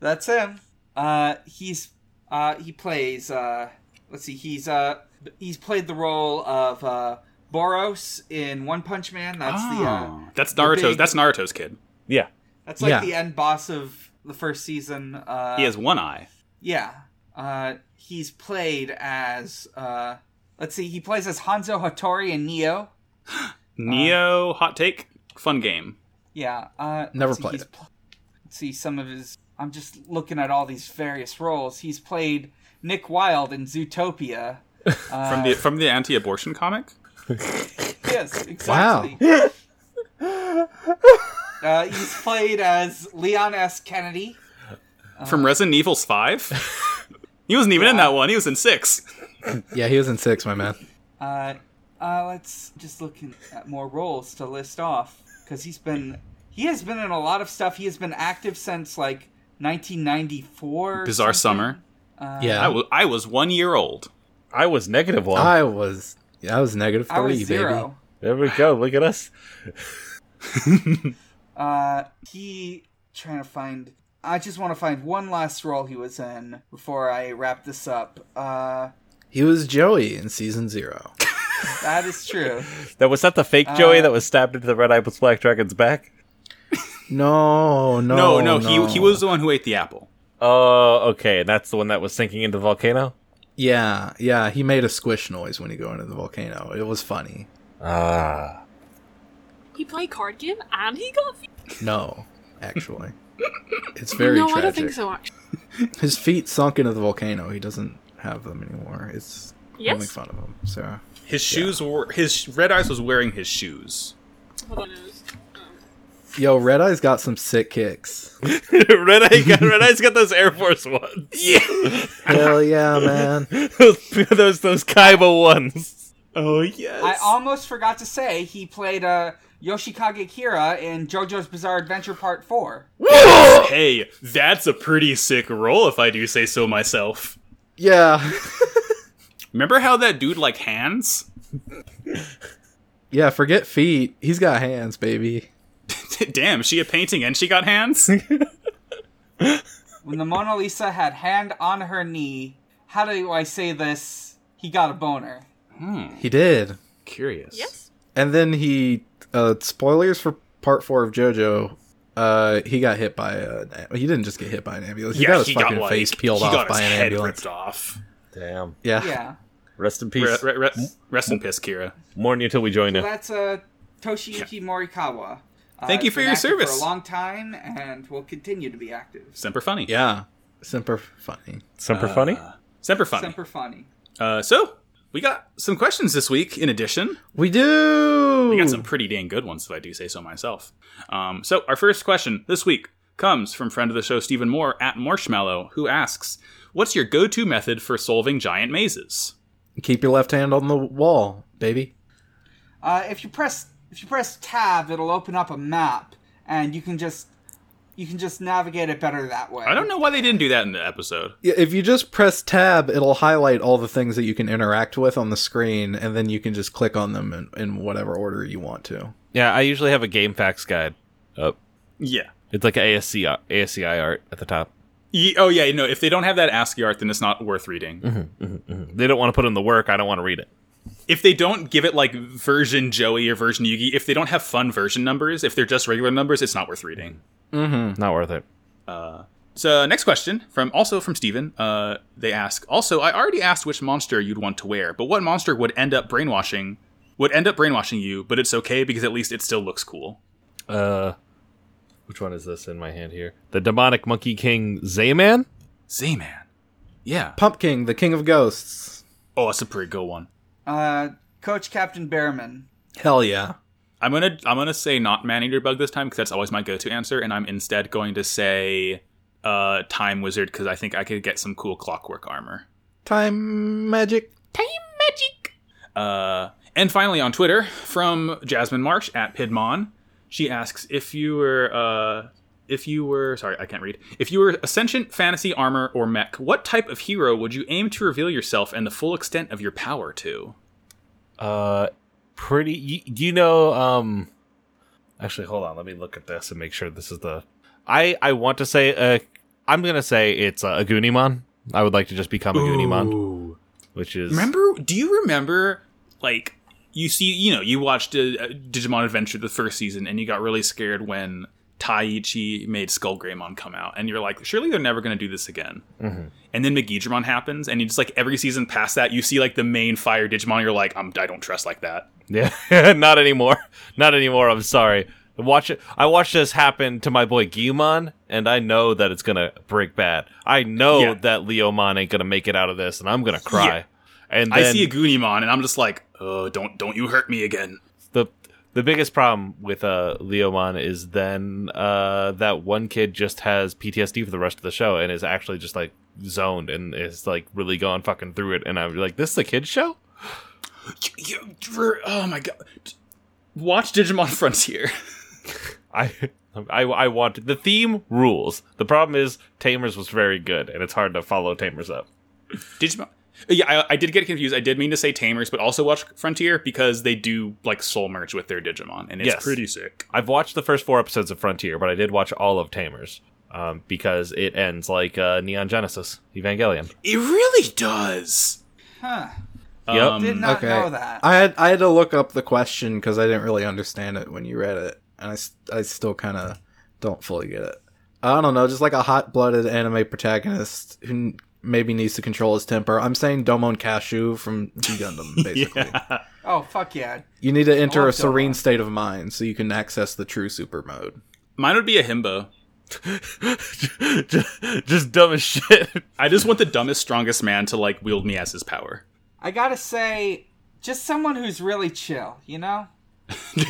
that's him. Uh, he's uh, he plays. Uh, let's see, he's uh, he's played the role of uh, Boros in One Punch Man. That's the uh,
that's Naruto's.
big-
That's Naruto's kid.
yeah,
that's like
Yeah.
the end boss of the first season. Uh,
He has one eye.
Yeah. Uh, he's played as. Uh, let's see, he plays as Hanzo Hattori in Neo.
Neo hot take. Fun game.
Yeah. Uh,
Never
let's see,
played
he's
it.
pl- let's see, some of his. I'm just looking at all these various roles. He's played Nick Wilde in Zootopia.
From the from the anti-abortion comic?
Yes, exactly. uh, he's played as Leon S. Kennedy.
from Resident Evil 5? he wasn't even in that one. He was in 6.
Yeah, he was in six, my man.
Uh, uh, let's just look in- at more roles to list off. because he's been he has been in a lot of stuff. He has been active since like 1994.
Bizarre
Mm-hmm.
Summer.
yeah,
I was I was one year old.
I was negative one.
I was I was negative
I was
three, baby.
zero.
there we go. Look at us.
Uh, he trying to find. I just want to find one last role he was in before I wrap this up. Uh,
He was Joey in season zero.
that is true.
That was that the fake Joey that was stabbed into the red eye with black dragon's back.
No, no,
No, no, he he was the one who ate the apple.
Oh, okay. That's the one that was sinking into the volcano.
Yeah, yeah. He made a squish noise when he go into the volcano. It was funny.
Ah,
He played card game and he got. Fe-
No, actually, it's very
no,
tragic.
I don't think so. Actually,
His feet sunk into the volcano. He doesn't have them anymore. It's I
Yes.
make fun of him. So
His shoes were his red eyes was wearing his shoes.
hold on. it was- um,
yo, Red Eye's got some sick kicks.
red eye. Got, red eye's got those Air Force ones.
Hell yeah, man.
those those those Kaiba ones. Oh yes.
I almost forgot to say he played uh, Yoshikage Kira in JoJo's Bizarre Adventure Part Four.
Hey, that's a pretty sick role if I do say so myself.
Yeah,
Remember how that dude like hands?
yeah. Forget feet. He's got hands, baby.
Damn, is she a painting and she got hands?
When the Mona Lisa had hand on her knee, how do I say this? He got a boner.
He did.
Curious.
yes.
And then he uh spoilers for part four of JoJo. Uh, he got hit by a. He didn't just get hit by an ambulance. He
yeah,
got his
he
fucking
got like,
face peeled
he
off
got
by
his
an
head
ambulance.
ripped off. Hmm?
Damn.
Yeah.
Yeah,
Rest in
Re-
peace.
re- re- rest in piss, Kira.
Mourn you till we join you.
that's uh, Toshiyuki Morikawa. Uh,
Thank you
he's
for
been
your
active
service.
For a long time, and will continue to be active.
Semper funny.
Yeah. Semper funny.
Semper funny.
Semper funny.
Semper funny.
Uh, so we got some questions this week. In addition,
We do.
we got some pretty dang good ones, if I do say so myself. Um, so our first question this week comes from friend of the show Stephen Moore at Marshmallow, who asks, "What's your go-to method for solving giant mazes?"
Keep your left hand on the wall, baby.
Uh, if you press if you press tab, it'll open up a map, and you can just you can just navigate it better that way.
I don't know why they didn't do that in the episode.
Yeah, If you just press tab, it'll highlight all the things that you can interact with on the screen, and then you can just click on them in, in whatever order you want to.
Yeah, I usually have a game facts guide up.
Yeah.
It's like ASC uh, ASCI art at the top.
Ye- oh yeah, no. If they don't have that ASCII art, then it's not worth reading.
They don't want to put in the work. I don't want to read it.
If they don't give it like version Joey or version Yugi, if they don't have fun version numbers, if they're just regular numbers, it's not worth reading.
Not worth it.
So next question from also from Steven. Uh, they ask also I already asked which monster you'd want to wear, but what monster would end up brainwashing would end up brainwashing you, but it's okay because at least it still looks cool.
Uh, which one is this in my hand here? The demonic monkey king Zayman.
Z-Man. Yeah.
Pumpkin, the king of ghosts.
Oh, that's a pretty good one.
Uh, Coach Captain Behrman.
Hell yeah.
I'm gonna I'm gonna say not Maneater Bug this time because that's always my go-to answer, and I'm instead going to say uh Time Wizard because I think I could get some cool clockwork armor.
Time magic.
Uh, and finally, on Twitter, from Jasmine Marsh at Pidmon, she asks if you were, uh, if you were, sorry, I can't read. If you were a sentient fantasy armor or mech, what type of hero would you aim to reveal yourself and the full extent of your power to?
Uh, pretty. You, you know. Um, actually, hold on. Let me look at this and make sure this is the. I I want to say. Uh, I'm gonna say it's uh, a Goonimon. I would like to just become a Goonimon, which is
Remember? Do you remember? Like you see, you know, you watched uh, Digimon Adventure the first season, and you got really scared when Taiichi made Skullgreymon come out, and you're like, surely they're never going to do this again. And then Megidramon happens, and you just like every season past that, you see like the main fire Digimon, you're like, I'm, I don't trust like that.
Yeah, not anymore. Not anymore. I'm sorry. Watch it. I watched this happen to my boy Guimon, and I know that it's gonna break bad. I know
Yeah.
that Leomon ain't gonna make it out of this, and I'm gonna cry.
Yeah.
And
I
then
see a Goonimon, and I'm just like, oh, don't don't you hurt me again.
the the biggest problem with uh Leomon is then uh that one kid just has PTSD for the rest of the show and is actually just like zoned and is like really going fucking through it. And I'm like, this is a kid's show.
You- you- oh my god, watch Digimon Frontier.
I, I, I want the theme rules. The problem is Tamers was very good, and it's hard to follow Tamers up.
Digimon. Yeah, I, I did get confused. I did mean to say Tamers, but also watch Frontier because they do like soul merge with their Digimon, and it's
Yes.
pretty sick.
I've watched the first four episodes of Frontier, but I did watch all of Tamers um, because it ends like uh, Neon Genesis Evangelion.
It really does.
Huh.
Yep.
Did not
Okay.
know that.
I had I had to look up the question because I didn't really understand it when you read it, and I, s- I still kind of don't fully get it. I don't know, just like a hot-blooded anime protagonist who n- maybe needs to control his temper. I'm saying Domon Cashew from G Gundam. Basically,
oh, fuck yeah.
you need to
Oh,
enter a
love
serene
Domon.
state of mind so you can access the true super mode.
Mine would be a himbo.
just, just dumb as shit.
I just want the dumbest, strongest man to like wield me as his power.
I gotta say, just someone who's really chill, you know?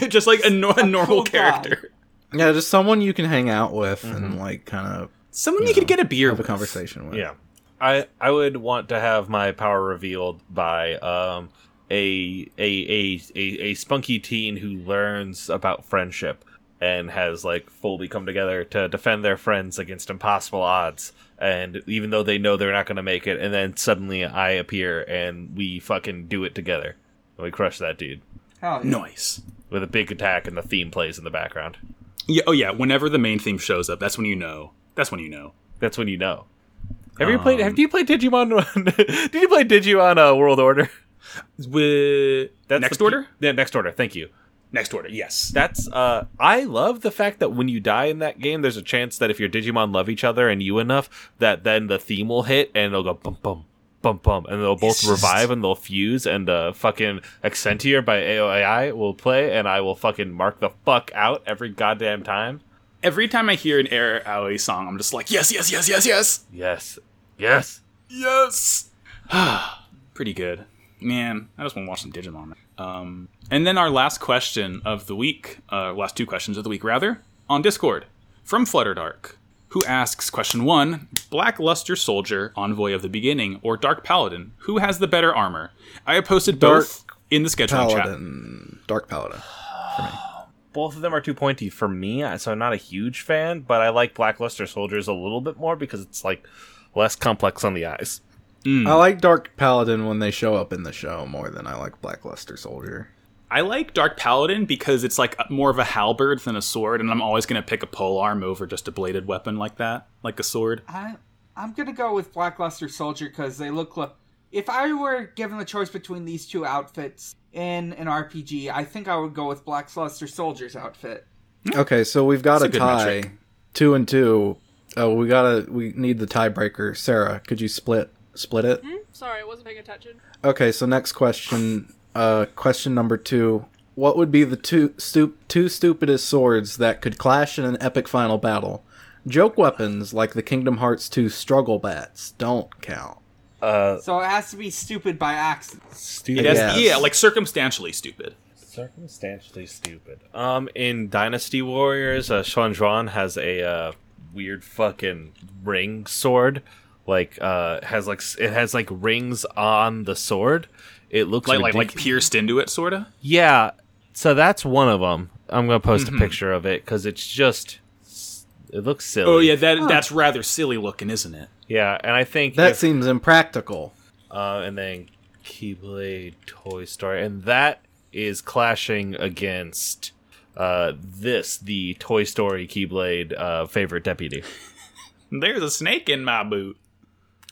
just like a, nor- a normal
cool guy.
character.
Yeah, just someone you can hang out with
Mm-hmm.
and like kind of
Someone you could get a beer
have a
with.
conversation with.
Yeah. I I would want to have my power revealed by um a a a a, a spunky teen who learns about friendship and has like fully come together to defend their friends against impossible odds and even though they know they're not going to make it and then suddenly I appear and we fucking do it together. And we crush that dude
Hell yeah.
Nice.
with a big attack and the theme plays in the background.
Yeah. Oh yeah. Whenever the main theme shows up, that's when you know. That's when you know.
That's when you know. Have you played?
Um,
Have you played Digimon? did you play Digimon uh, World Order?
With
That's
next
the pe-
order.
Yeah, next order. Thank you.
Next order. Yes.
That's uh I love the fact that when you die in that game, there's a chance that if your Digimon love each other and you enough, that then the theme will hit and it'll go bum bum bum bum and they'll both
It's just-
revive and they'll fuse and uh fucking Accentier by AOAI will play and I will fucking mark the fuck out every goddamn time.
Every time I hear an Air Alley song, I'm just like, yes, yes, yes, yes, yes,
Yes. Yes.
yes. Pretty good, man. I just want to watch some Digimon. Um, and then our last question of the week, uh, last two questions of the week rather, on Discord from Flutterdark, who asks question one: Blackluster Soldier, Envoy of the Beginning, or Dark Paladin? Who has the better armor? I have posted both in the scheduling chat.
Paladin, Dark Paladin.
Both of them are too pointy for me, I- so I'm not a huge fan, but I like Blackluster Soldiers a little bit more because it's like less complex on the eyes.
Hmm.
I like Dark Paladin when they show up in the show more than I like Blackluster Soldier.
I like Dark Paladin because it's like more of a halberd than a sword, and I'm always going to pick a pole arm over just a bladed weapon like that, like a sword.
I, I'm gonna go with Blackluster Soldier because they look like. If I were given the choice between these two outfits in an RPG, I think I would go with Blackluster Soldier's outfit.
Okay, so we've got
That's
a,
a good
tie,
metric.
two and two. Oh, we gotta we need the tiebreaker. Sarah, could you split split it?
Sorry, I wasn't paying attention.
Okay, so next question, uh, question number two: What would be the two stu- two stupidest swords that could clash in an epic final battle? Joke weapons like the Kingdom Hearts 2 struggle bats don't count. Uh,
So it has to be stupid by accident.
It has,
Yes.
Yeah, like circumstantially stupid.
circumstantially stupid. Um, in Dynasty Warriors, uh, Sean Juan has a uh, weird fucking ring sword. Like, uh, has like s- it has like rings on the sword. It looks
Like, like, like
ridic-
pierced into it, sort of.
yeah. So that's one of them. I'm gonna post
Mm-hmm.
a picture of it because it's just s- it looks silly.
Oh, yeah, that that's rather silly looking, isn't it?
yeah. And I think
That
if-
seems impractical.
uh, and then Keyblade Toy Story, and that is clashing against uh, this the Toy Story Keyblade uh, favorite deputy.
There's a snake in my boot.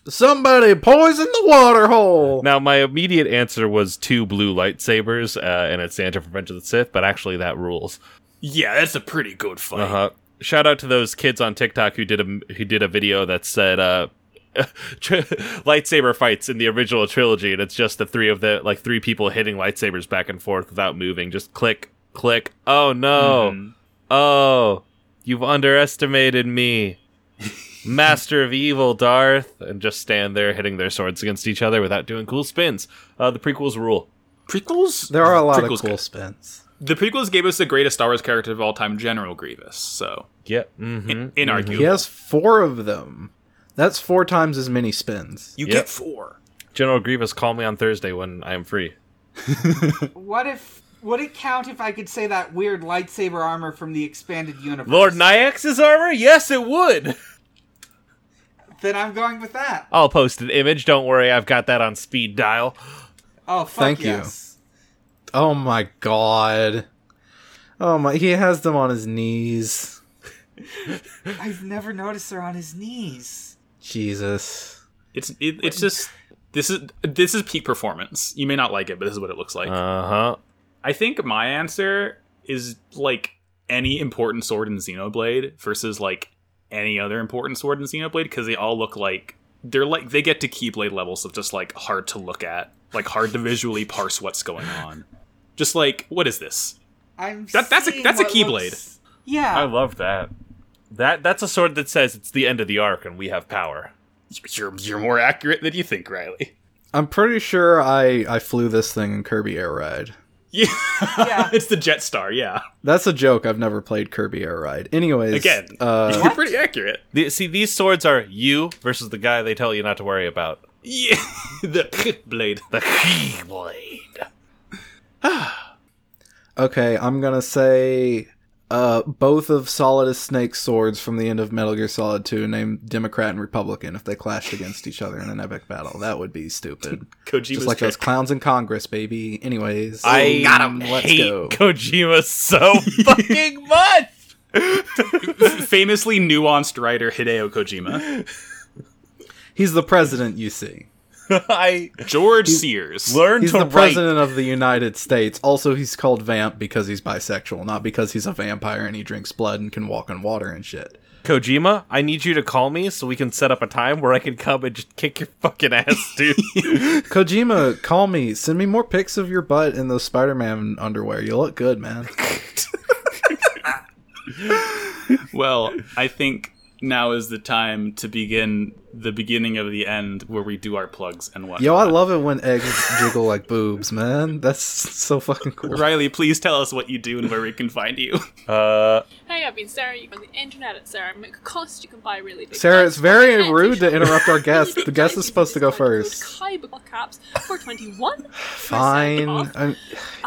Somebody poison the water hole.
Now, my immediate answer was two blue lightsabers, uh, and it's Santa for Revenge of the Sith, but actually that rules.
Yeah, that's a pretty good fight.
Uh huh. Shout out to those kids on TikTok who did a who did a video that said. Uh, tri- lightsaber fights in the original trilogy and it's just the three of the like three people hitting lightsabers back and forth without moving just click click oh no oh you've underestimated me master of evil darth and just stand there hitting their swords against each other without doing cool spins uh the prequels rule
Prequels?
There are a lot
Prequels
of cool
good.
spins.
The prequels gave us the greatest Star Wars character of all time, General Grievous. So,
yeah mm-hmm.
inarguable.
He has four of them. That's four times as many spins.
You
Yep.
get four.
General Grievous, call me on Thursday when I am free.
What if Would it count if I could say that weird lightsaber armor from the expanded universe?
Lord Nyax's armor? Yes, it would.
Then I'm going with that.
I'll post an image. Don't worry, I've got that on speed dial.
Oh, fuck
Thank you.
yes.
Oh my god. Oh my, he has them on his knees.
I've never noticed her on his knees.
Jesus.
It's it, it's just this is this is peak performance. You may not like it, but this is what it looks like.
Uh huh.
I think my answer is like any important sword in Xenoblade versus like any other important sword in Xenoblade because they all look like they're like they get to Keyblade levels of just like hard to look at, like hard to visually parse what's going on. Just like what is this?
I'm
That- that's a-
seeing
that's a
what
Keyblade.
looks- Yeah.
I love that. That that's a sword that says it's the end of the arc and we have power.
You're you're more accurate than you think, Riley.
I'm pretty sure I I flew this thing in Kirby Air Ride.
Yeah,
Yeah.
it's the Jet Star. Yeah,
That's a joke. I've never played Kirby Air Ride. Anyways,
Again.
uh,
you're pretty accurate.
The, see, these swords are you versus the guy they tell you not to worry about.
Yeah, the blade.
The Keyblade.
okay, I'm gonna say uh, both of Solidus Snake's swords from the end of Metal Gear Solid 2 named Democrat and Republican if they clashed against each other in an epic battle. That would be stupid.
Kojima's
Just like those clowns in Congress, baby. Anyways,
I got him.
Let's
hate
go.
Kojima so fucking much.
famously nuanced writer Hideo Kojima,
He's the president, you see.
I
George Sears.
learned
He's
to
the
write.
president of the United States. Also, he's called Vamp because he's bisexual, not because he's a vampire and he drinks blood and can walk on water and shit.
Kojima, I need you to call me so we can set up a time where I can come and just kick your fucking ass, dude.
Kojima, call me. Send me more pics of your butt in those Spider Man underwear. You look good, man.
Well, I think now is the time to begin the beginning of the end where we do our plugs and whatnot.
Yo, I love it when eggs jiggle like boobs, man. That's so fucking cool.
Riley, please tell us what you do and where we can find you.
uh,
Hey, I've been Sarah. You can on the internet at Sarah McCost. You can buy really big.
Sarah,
bags.
it's very
Internet
rude to
t-shirts.
interrupt our guest.
Really
The
big
guest is
bags.
supposed to go
Use my code
first.
Kaiba caps for twenty one.
Fine. I'm-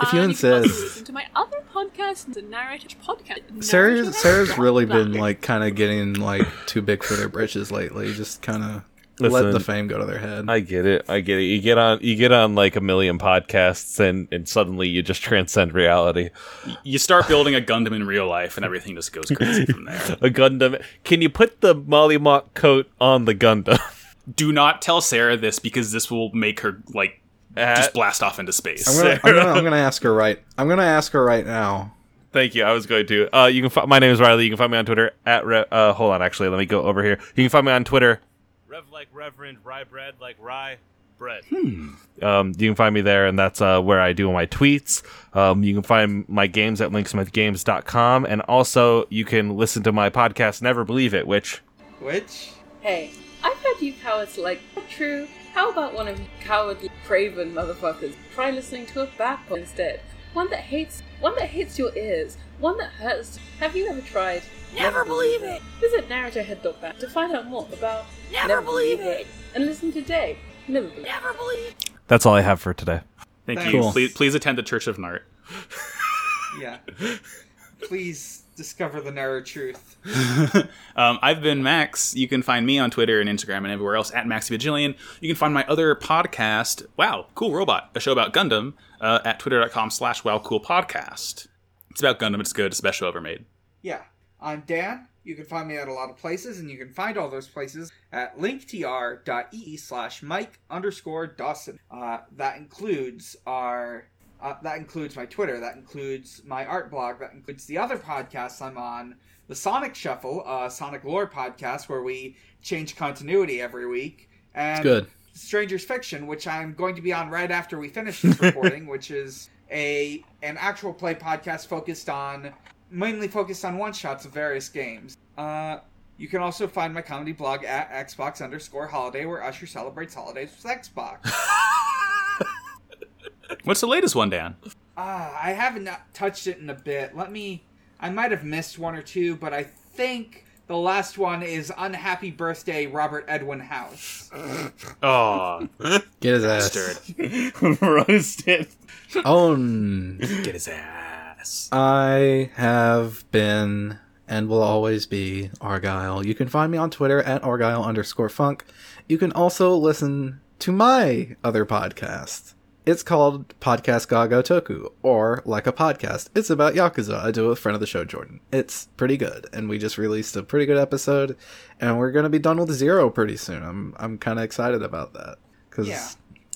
if
Um,
you insist.
To my other podcast, the narrative podcast. Narrative
Sarah's, Sarah's
Podcast.
really been like kind of getting like too big for their britches lately. Just kind of let
Listen,
the fame go to their head.
I get it. I get it. You get on, you get on like a million podcasts, and and suddenly you just transcend reality.
you start building a Gundam in real life, and everything just goes crazy from there.
A Gundam. Can you put the Molly Mock coat on the Gundam?
Do not tell Sarah this because this will make her like just blast off into space.
I'm gonna, I'm, gonna, I'm gonna ask her right. I'm gonna ask her right now.
Thank you. I was going to. Uh, you can. Fi- my name is Riley. You can find me on Twitter at. Re- uh, hold on. Actually, let me go over here. You can find me on Twitter. Rev like Reverend. Rye bread like rye bread. Um, you can find me there, and that's uh, where I do my tweets. Um, you can find my games at linksmithgames.com, and also you can listen to my podcast, Never Believe It, which
Which?
Hey, I've heard you cowards like not true. How about one of you cowardly, craven motherfuckers? Try listening to a bad pod instead. One that hates, one that hits your ears, one that hurts. Have you ever tried? Never, believe it. Visit narratorhead.com to find out more about Never, believe, it. and listen today. Never believe. Never believe.
that's all I have for today.
Thank
Thanks.
you.
Cool.
Please, please attend the Church of Nart.
Yeah. Please discover the narrow truth.
Um, I've been Max. You can find me on Twitter and Instagram and everywhere else at Max Vigilian. You can find my other podcast, Wow Cool Robot, a show about Gundam, uh, at twitter.com slash wow cool podcast. It's about Gundam. It's good. It's the best show ever made.
Yeah. I'm Dan. You can find me at a lot of places, and you can find all those places at linktr.ee slash Mike underscore Dawson. Uh, that includes our. Uh, that includes my Twitter. That includes my art blog. That includes the other podcasts I'm on. The Sonic Shuffle, uh, Sonic Lore podcast, where we change continuity every week. And
It's good.
Stranger's Fiction, which I'm going to be on right after we finish this recording, which is a an actual play podcast focused on mainly focused on one shots of various games. Uh, you can also find my comedy blog at Xbox underscore Holiday, where Usher celebrates holidays with Xbox.
What's the latest one, Dan?
Ah, I haven't not touched it in a bit. Let me. I might have missed one or two, but I think The last one is Unhappy Birthday Robert Edwin House.
Oh,
Get his ass.
Roasted.
Own.
get his ass.
I have been and will always be Argyle. You can find me on Twitter at Argyle underscore funk. You can also listen to my other podcast. It's called Podcast Gaga Toku, or Like a Podcast. It's about Yakuza. I do it with friend of the show, Jordan. It's pretty good, and we just released a pretty good episode, and we're gonna be done with Zero pretty soon. I'm I'm kind of excited about that because
Yeah.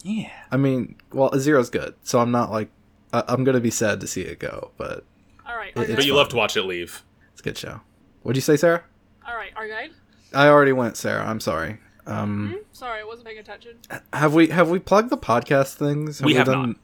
Yeah.
I mean, well, Zero's good, so I'm not like I- I'm gonna be sad to see it go, but
All right,
It-
Argyle.
But you love to watch it leave.
It's a good show. What'd you say, Sarah?
All right, Argyle.
I already went, Sarah. I'm sorry. Um,
Sorry, I wasn't paying attention.
have we have we plugged the podcast things?
We have not.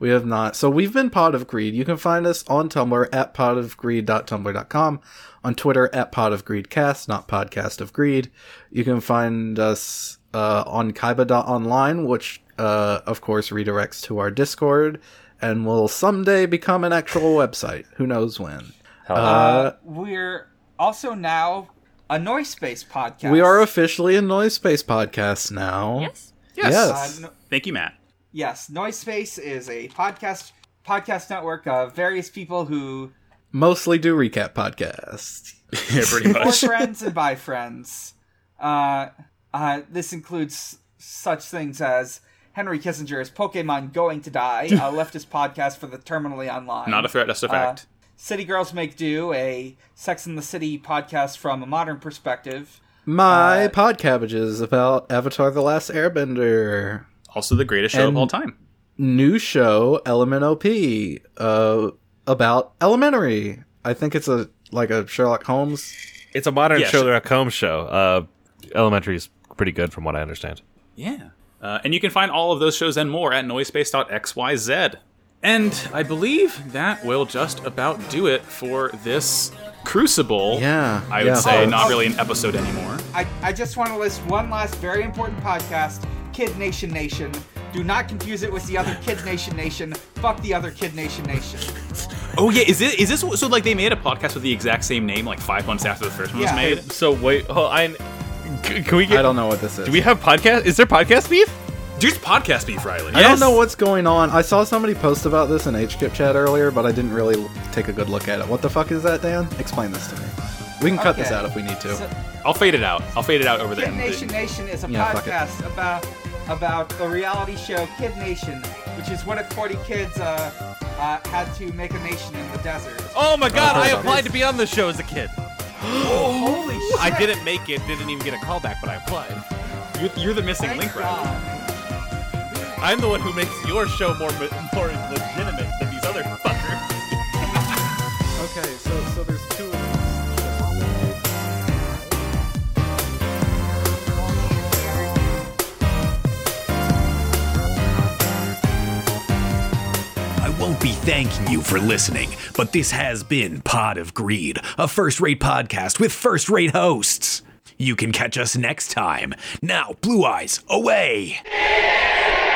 We have not. So we've been Pod of Greed. You can find us on Tumblr at podofgreed.tumblr.com, on Twitter at podofgreedcast, not podcast of greed. You can find us uh, on kaiba.online, which uh, of course redirects to our Discord and will someday become an actual website. Who knows when? Uh,
We're also now a noise space podcast.
We are officially a noise space podcast now.
Yes.
Yes.
Uh, no-
Thank you, Matt.
yes, Noise Space is a podcast podcast network of various people who
Mostly do recap podcasts.
Yeah, pretty
for
much.
friends and by friends. Uh, uh, this includes such things as Henry Kissinger's Pokemon Going to Die, a leftist podcast for the terminally online.
Not a threat, just a fact.
City Girls Make Do, a Sex in the City podcast from a modern perspective.
My pod cabbages about Avatar the Last Airbender.
also, the greatest show of
and-
all time.
New show, Element OP, uh, about elementary. I think it's a like a Sherlock Holmes.
It's a modern
Yes.
Sherlock Holmes show. Uh, elementary is pretty good from what I understand.
Yeah. Uh, and you can find all of those shows and more at noisepace.xyz. And I believe that will just about do it for this Crucible.
Yeah,
I would
yeah.
say
Oh.
not really an episode anymore.
I, I just want to list one last very important podcast, Kid Nation Nation. Do not confuse it with the other Kid Nation Nation. Fuck the other Kid Nation Nation.
Oh yeah, is it is this so like they made a podcast with the exact same name like five months after the first one
Yeah.
was made?
So wait, hold Oh, I c- can we get?
I don't know what this is.
Do we have podcast? Is there podcast beef?
Dude's podcast beef, Riley.
I don't know what's going on. I saw somebody post about this in HKIP chat earlier, but I didn't really l- take a good look at it. What the fuck is that, Dan? Explain this to me. We can cut this
Okay.
out if we need to.
So-
I'll fade it out. I'll fade it out over the
Kid
end.
Nation Nation is a
Yeah, fuck it.
podcast about about the reality show Kid Nation, which is what if 40 kids uh, uh, had to make a nation in the desert.
Oh my god!
I
I
applied
applied to be on the show as a kid.
Holy shit!
I didn't make it. Didn't even get a callback, but I applied.
You're, you're the missing
Thank
link, Riley.
God.
I'm the one who makes your show more more legitimate than these other fuckers.
Okay, so so there's two of
I won't be thanking you for listening, but this has been Pod of Greed, a first rate podcast with first rate hosts. You can catch us next time. Now, Blue Eyes, away!